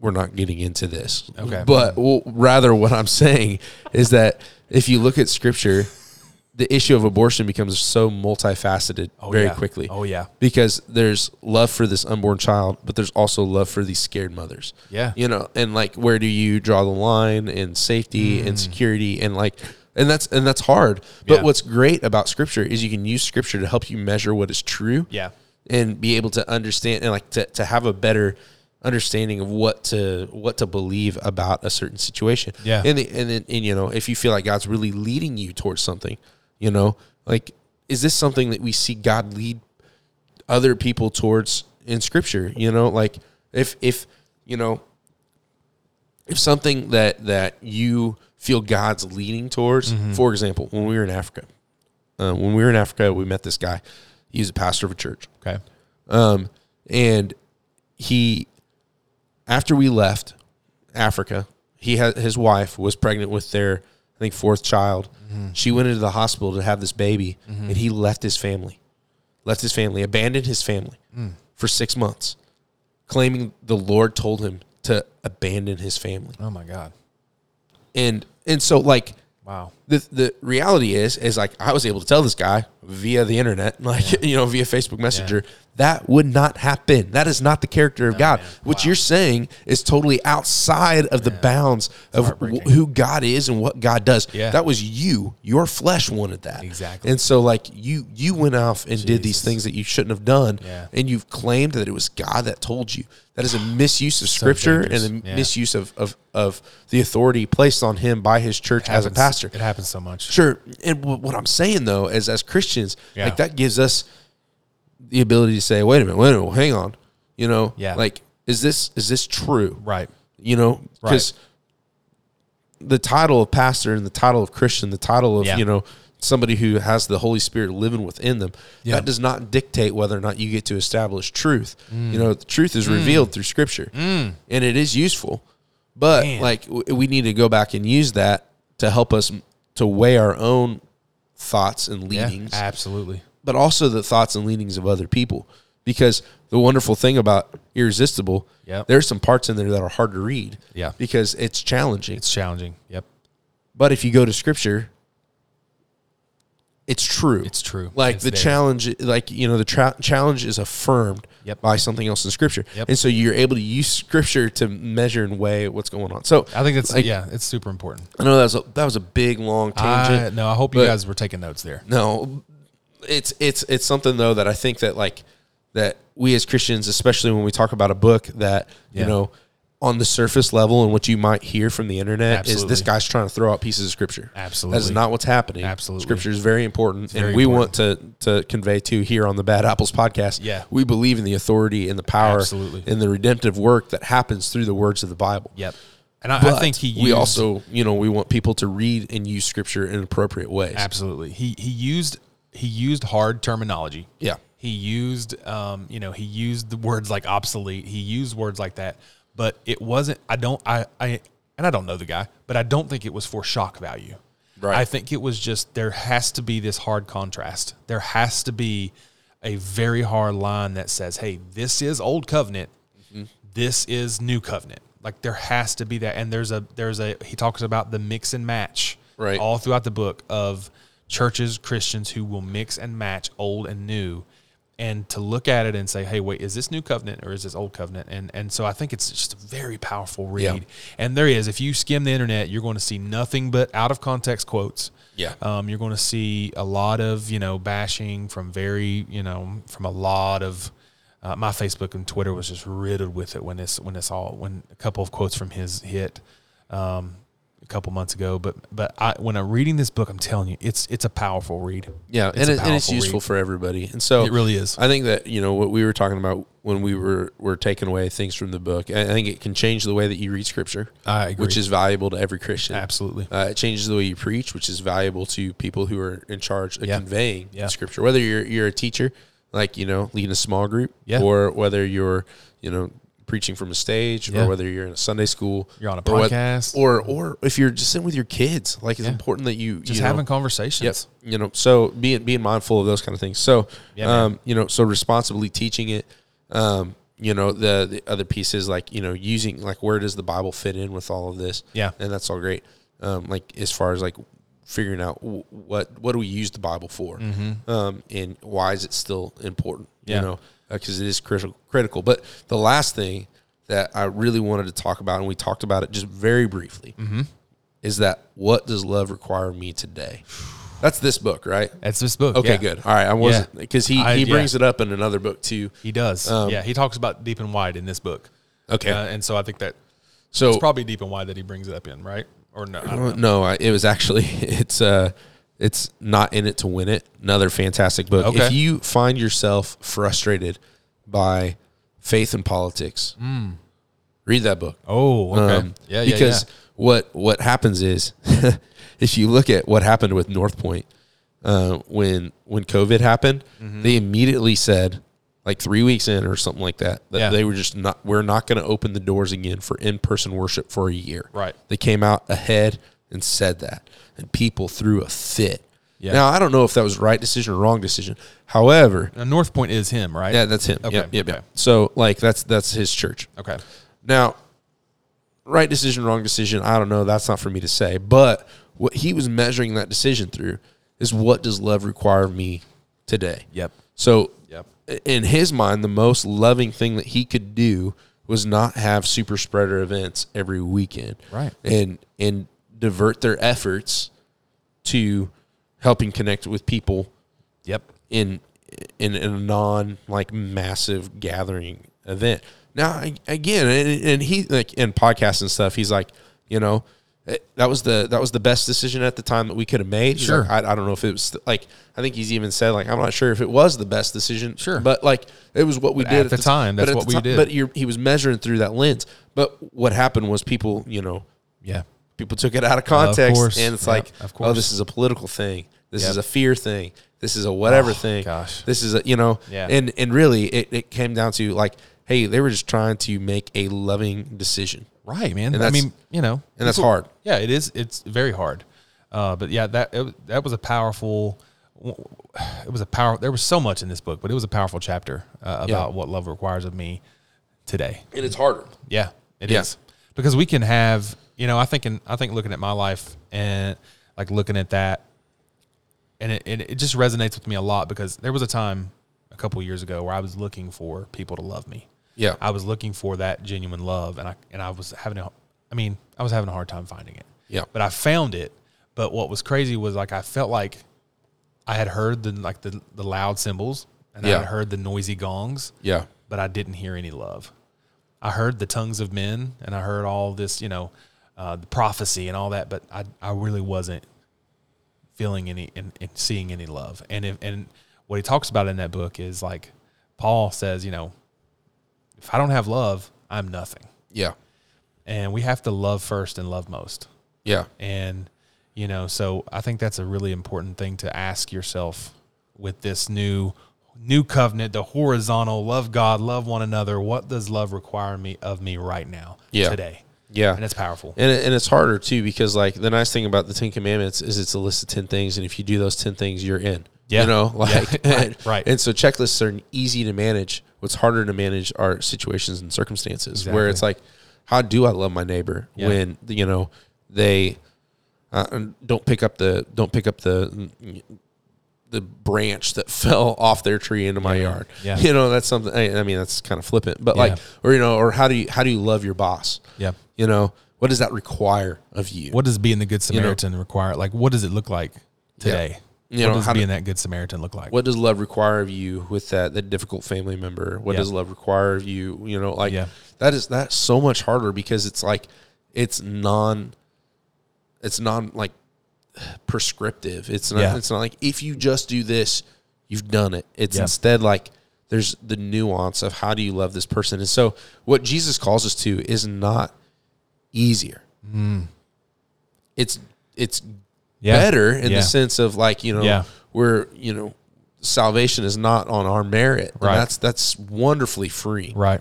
B: we're not getting into this
C: Okay.
B: but well, rather what i'm saying is that if you look at scripture the issue of abortion becomes so multifaceted very
C: yeah.
B: quickly
C: Oh, yeah.
B: because there's love for this unborn child but there's also love for these scared mothers
C: Yeah.
B: you know and like where do you draw the line in safety and security and like and that's and that's hard but
C: Mm. Yeah.
B: what's great about scripture is you can use scripture to help you measure what is true
C: Yeah.
B: and be able to understand and like to, to have a better understanding of what to what to believe about a certain situation
C: Yeah.
B: and the, and then and you know if you feel like god's really leading you towards something you know like is this something that we see god lead other people towards in scripture you know like if if you know if something that that you feel god's leading towards for example when we were in africa uh, when we were in africa we met this guy he was a pastor of a church
C: Okay.
B: um, and he, after we left Africa, he had his wife was pregnant with their I think fourth child. She went into the hospital to have this baby, and he left his family, left his family, abandoned his family for six months, claiming the Lord told him to abandon his family,
C: Oh my God.
B: and and so like
C: Wow.
B: the the reality is is like I was able to tell this guy via the internet, like you know, via Facebook Messenger, that would not happen. That is not the character of God. What you're saying is totally outside of the bounds of wh- who God is and what God does.
C: Yeah.
B: That was you. Your flesh wanted that.
C: Exactly.
B: And so like you you went off and did these things that you shouldn't have done
C: Yeah.
B: and you've claimed that it was God that told you. That is a misuse of scripture
C: dangerous.
B: and a
C: Yeah.
B: misuse of, of of the authority placed on him by his church as a
C: Happens-
B: pastor.
C: it happens so much.
B: Sure. And w- what I'm saying though is, as Christians,
C: Yeah.
B: like that gives us the ability to say, "Wait a minute, wait a minute, hang on." You know,
C: Yeah.
B: Like, is this is this true?
C: Right.
B: You know, because the title of pastor and the title of Christian, the title of
C: Yeah.
B: you know somebody who has the Holy Spirit living within them,
C: Yeah.
B: that does not dictate whether or not you get to establish truth.
C: Mm.
B: You know, the truth is revealed through Scripture, and it is useful. But
C: Man.
B: like w- we need to go back and use that to help us m- to weigh our own thoughts and leadings,
C: Absolutely.
B: but also the thoughts and leanings of other people. Because the wonderful thing about Irresistible,
C: Yep.
B: there's some parts in there that are hard to read,
C: Yeah.
B: because it's challenging.
C: It's challenging. Yep.
B: but if you go to Scripture, it's true.
C: It's true.
B: Like
C: It's
B: the
C: there.
B: challenge, like you know, the tra- challenge is affirmed
C: Yep.
B: by something else in Scripture,
C: Yep.
B: and so you're able to use Scripture to measure and weigh what's going on. So
C: I think that's
B: like,
C: yeah. It's super important.
B: I know that was a, that was a big long tangent.
C: I, no, I hope you
B: but-
C: guys were taking notes there.
B: No, it's it's it's something though that I think that like that we as Christians, especially when we talk about a book that
C: Yeah.
B: you know on the surface level and what you might hear from the internet is this
C: Absolutely.
B: guy's trying to throw out pieces of scripture. that is
C: Absolutely.
B: not what's happening.
C: Absolutely.
B: scripture is very important,
C: very
B: and we want to to convey to here on the Bad Apples podcast.
C: Yeah.
B: we believe in the authority and the power,
C: Absolutely.
B: and the redemptive work that happens through the words of the Bible.
C: Yep. And I,
B: But
C: I think he. Used,
B: we also, you know, we want people to read and use scripture in appropriate ways.
C: absolutely he he used he used hard terminology.
B: Yeah.
C: He used, um, you know, he used the words like obsolete. He used words like that, but it wasn't. I don't. I. I and I don't know the guy, but I don't think it was for shock value.
B: Right.
C: I think it was just there has to be this hard contrast. There has to be a very hard line that says, "Hey, this is old covenant.
B: Mm-hmm.
C: This is new covenant." Like there has to be that, and there's a there's a he talks about the mix and match
B: Right.
C: all throughout the book of churches Christians who will mix and match old and new, and to look at it and say, "Hey, wait, is this new covenant or is this old covenant?" And and so I think it's just a very powerful read,
B: Yeah.
C: and there is if you skim the internet, you're going to see nothing but out of context quotes.
B: Yeah.
C: Um, you're going to see a lot of you know bashing from very you know from a lot of uh, my Facebook and Twitter was just riddled with it when this when this all when a couple of quotes from his hit um, a couple months ago. But but I when I'm reading this book, I'm telling you, it's it's a powerful read.
B: Yeah,
C: It's
B: and,
C: a
B: it, and it's
C: powerful
B: useful
C: read.
B: for everybody. And so
C: It really is.
B: I think that you know what we were talking about when we were were taking away things from the book. I I think it can change the way that you read scripture,
C: I agree.
B: which is valuable to every Christian.
C: Absolutely.
B: uh, it changes the way you preach, which is valuable to people who are in charge of
C: Yeah.
B: conveying
C: Yeah.
B: scripture. Whether you're you're a teacher, like you know, leading a small group,
C: Yeah.
B: or whether you're you know preaching from a stage,
C: Yeah.
B: or whether you're in a Sunday school,
C: You're on a
B: or what-
C: podcast.
B: or or if you're just sitting with your kids, like it's important that you
C: Just
B: you know,
C: having conversations.
B: Yes. You know, so being being mindful of those kind of things. So,
C: Yeah, man.
B: um, you know, so responsibly teaching it. Um, you know, the the other piece is like you know using like where does the Bible fit in with all of this?
C: Yeah.
B: and that's all great. Um, like as far as like figuring out w- what what do we use the Bible for, um, and why is it still important?
C: Mm-hmm. Yeah.
B: You know, because it is critical critical. But the last thing that I really wanted to talk about, and we talked about it just very briefly,
C: Mm-hmm.
B: is that what does love require me today? That's this book, right?
C: That's this book.
B: Okay,
C: yeah.
B: good. All right, I wasn't because
C: I-
B: he,
C: yeah.
B: he brings it up in another book too.
C: He does. yeah, he talks about deep and wide in this book.
B: Um, Okay,
C: Uh, and so I think that
B: so Uh,
C: it's probably deep and wide that he brings it up in, right? Or no? I don't know.
B: no, I, it was actually it's uh it's not in it to win it. Another fantastic book.
C: Okay.
B: If you find yourself frustrated by faith and politics, read that book.
C: Oh, okay. yeah, yeah,
B: um, because
C: yeah.
B: what what happens is if you look at what happened with North Point uh, when when COVID happened,
C: Mm-hmm.
B: they immediately said like three weeks in or something like that that
C: Yeah.
B: they were just not we're not going to open the doors again for in person worship for a year.
C: Right.
B: They came out ahead and said that, and people threw a fit.
C: Yeah.
B: Now I don't know if that was right decision or wrong decision. However,
C: Now, North Point is him, right?
B: yeah, that's him.
C: Okay,
B: Yep, yep, yep.
C: okay.
B: So like that's that's his church.
C: Okay.
B: Now, right decision, wrong decision, I don't know. That's not for me to say. But what he was measuring that decision through is what does love require of me today?
C: Yep.
B: So,
C: Yep.
B: in his mind, the most loving thing that he could do was not have super spreader events every weekend,
C: Right.
B: And and divert their efforts to helping connect with people
C: Yep.
B: in in a non like massive gathering event. Now I- again, and, and he like in podcasts and stuff, he's like, you know, eh, that was the that was the best decision at the time that we could have made. He's
C: Sure.
B: like, I, I don't know if it was like I think he's even said like I'm not sure if it was the best decision.
C: Sure.
B: but like it was what we
C: But
B: did
C: at the time,
B: but
C: that's
B: at
C: what
B: the
C: we
B: ti-
C: did.
B: But you're, he was measuring through that lens. But what happened was people, you know,
C: Yeah.
B: people took it out of context
C: course.
B: and it's
C: Yep,
B: like
C: of course.
B: oh this is a political thing this
C: Yep.
B: is a fear thing this is a whatever
C: Oh,
B: thing
C: gosh.
B: this is a you know
C: Yeah.
B: and and really it, it came down to like hey they were just trying to make a loving decision
C: Right, man.
B: And
C: I
B: that's-
C: mean, you know,
B: and that's hard
C: yeah, it is. It's very hard. Uh, but yeah, that it, that was a powerful. It was a power. There was so much in this book, but it was a powerful chapter uh, about
B: Yeah.
C: what love requires of me today.
B: and it's harder
C: Yeah, it is
B: Yeah.
C: Because we can have, you know, I think in I think looking at my life and like looking at that and it, and it just resonates with me a lot because there was a time a couple years ago where I was looking for people to love me.
B: Yeah.
C: I was looking for that genuine love and I and I was having a I mean, I was having a hard time finding it.
B: Yeah.
C: But I found it. But what was crazy was like I felt like I had heard the like the, the loud cymbals and I
B: Yeah.
C: had heard the noisy gongs
B: yeah
C: but I didn't hear any love. I heard the tongues of men and I heard all this, you know, uh, the prophecy and all that, but I, I really wasn't feeling any and, and seeing any love. And if, and what he talks about in that book is like Paul says, you know, if I don't have love, I'm nothing.
B: yeah
C: And we have to love first and love most.
B: yeah
C: And, you know, so I think that's a really important thing to ask yourself with this new new covenant, the horizontal, love God, love one another. What does love require me of me right now,
B: Yeah.
C: today?
B: Yeah.
C: and it's powerful.
B: And, it, and it's harder too because like the nice thing about the Ten Commandments is it's a list of ten things, and if you do those ten things, you're in.
C: Yeah.
B: You know, like
C: Right, right.
B: And so checklists are easy to manage. What's harder to manage are situations and circumstances where it's like, how do I love my neighbor
C: Yeah.
B: when you know they uh, don't pick up the don't pick up the the branch that fell off their tree into my yard.
C: Yeah.
B: You know, that's something. I, I mean, that's kind of flippant, but
C: Yeah.
B: like, or you know, or how do you how do you love your boss?
C: Yeah.
B: You know, what does that require of you?
C: What does being the good
B: know-
C: Samaritan require? Like, what does it look like today?
B: You
C: what
B: know,
C: does
B: how do-
C: being that good Samaritan look like?
B: what does love require of you with that that difficult family member? What
C: Yeah.
B: does love require of you? You know, like
C: Yeah.
B: that is that's so much harder because it's like it's non it's non like prescriptive. It's not
C: Yeah.
B: it's not like if you just do this, you've done it. It's
C: Yeah.
B: instead like there's the nuance of how do you love this person? And so what Jesus calls us to is not easier.
C: Mm.
B: It's it's
C: Yeah.
B: better in
C: Yeah.
B: the sense of like, you know,
C: Yeah.
B: we're, you know, salvation is not on our merit. And
C: Right.
B: That's that's wonderfully free
C: Right.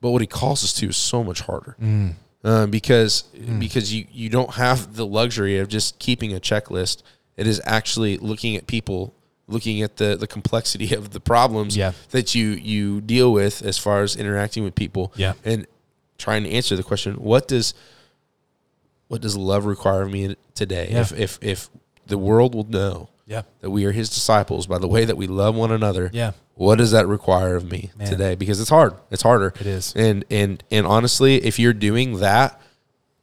B: but what he calls us to is so much harder
C: Mm.
B: Uh, because because you you don't have the luxury of just keeping a checklist. It is actually looking at people, looking at the the complexity of the problems
C: Yeah.
B: that you you deal with as far as interacting with people,
C: Yeah.
B: and trying to answer the question: What does what does love require of me today?
C: Yeah.
B: If if if the world will know
C: Yeah.
B: that we are His disciples by the way that we love one another,
C: Yeah.
B: what does that require of me
C: Man.
B: today? Because it's hard. It's harder.
C: It is.
B: And and and honestly, if you're doing that,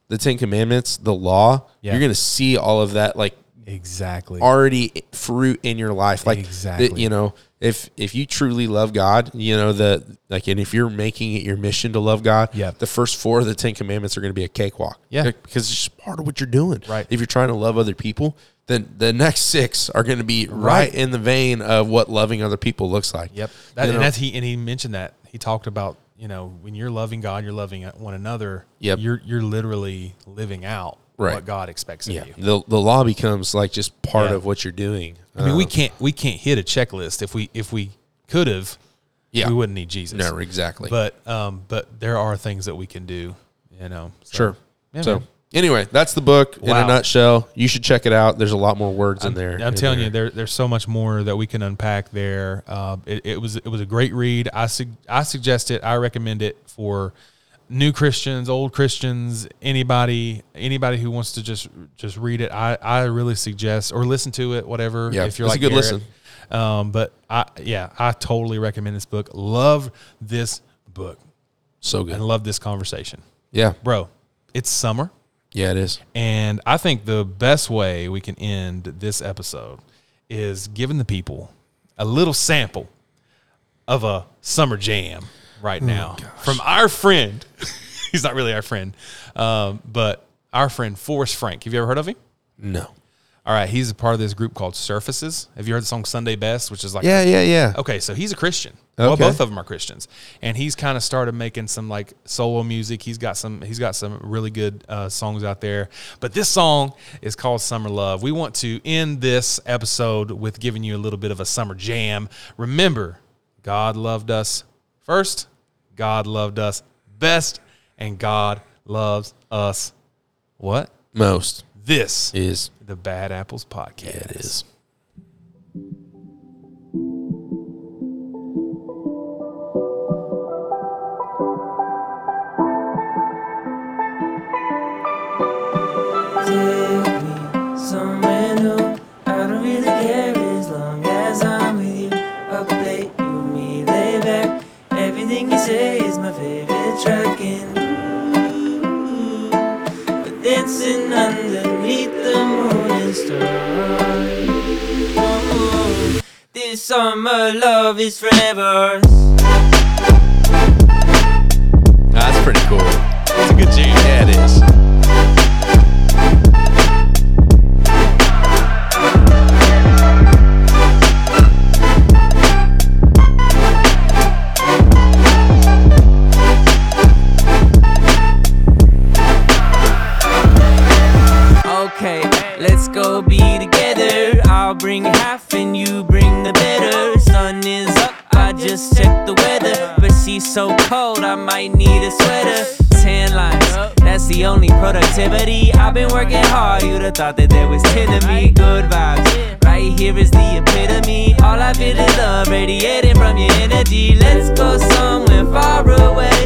B: the Ten Commandments, the law,
C: Yeah.
B: you're gonna see all of that like
C: Exactly.
B: already fruit in your life. Like that,
C: Exactly.
B: you know, if if you truly love God, you know the like, and if you're making it your mission to love God,
C: Yeah.
B: the first four of the Ten Commandments are going to be a cakewalk.
C: Yeah.
B: Like, because it's just part of what you're doing.
C: Right.
B: If you're trying to love other people, then the next six are going to be right.
C: Right.
B: in the vein of what loving other people looks like.
C: Yep. That,
B: You
C: and
B: know?
C: that's he and he mentioned that he talked about you know when you're loving God, you're loving one another.
B: Yep.
C: You're you're literally living out
B: Right.
C: what God expects of
B: yeah.
C: you.
B: The the law becomes like just part
C: Yeah.
B: of what you're doing.
C: I mean, we
B: Um,
C: can't we can't hit a checklist. If we if we could have,
B: yeah
C: we wouldn't need Jesus.
B: no exactly
C: But um, but there are things that we can do. You know. so-
B: sure.
C: Yeah,
B: so.
C: man.
B: Anyway, that's the book in
C: Wow.
B: a nutshell. You should check it out. There's a lot more words in there.
C: I'm
B: in
C: telling
B: there.
C: you, there, there's so much more that we can unpack there. Uh, it, it was it was a great read. I sug- I suggest it. I recommend it for new Christians, old Christians, anybody anybody who wants to just just read it. I, I really suggest or listen to it, whatever.
B: Yeah,
C: if you're
B: it's a
C: like
B: good
C: Garrett.
B: listen.
C: Um, but I yeah, I totally recommend this book. Love this book
B: So good.
C: and love this conversation,
B: Yeah.
C: bro. It's summer.
B: Yeah, it is.
C: And I think the best way we can end this episode is giving the people a little sample of a summer jam right now from our friend. He's not really our friend, um, but our friend Forrest Frank. Have you ever heard of him?
B: No.
C: All right, he's a part of this group called Surfaces. Have you heard the song Sunday Best, which is like
B: Yeah, yeah, yeah.
C: Okay, so he's a Christian. Well,
B: Okay.
C: both of them are Christians, and he's kind of started making some like solo music. He's got some he's got some really good uh, songs out there. But this song is called "Summer Love." We want to end this episode with giving you a little bit of a summer jam. Remember, God loved us first. God loved us best, and God loves us what?
B: Most
C: This is
B: is.
C: the Bad Apples Podcast.
B: It is.
E: Somewhere new, I don't really care as long as I'm with you. Up late, you and me lay back. Everything you say is my favorite track, and ooh, we're dancing underneath the moon and stars. Ooh, This summer love is forever.
B: That's pretty cool.
C: It's a good jam.
B: Yeah, it is.
E: Okay, let's go be together. I'll bring half and you bring the better. Sun is up, so cold, I might need a sweater. Tan lines, that's the only productivity. I've been working hard, you'd have thought that there was 10 of me. Good vibes, right here is the epitome. All I feel is love radiating from your energy. Let's go somewhere far away. Oh,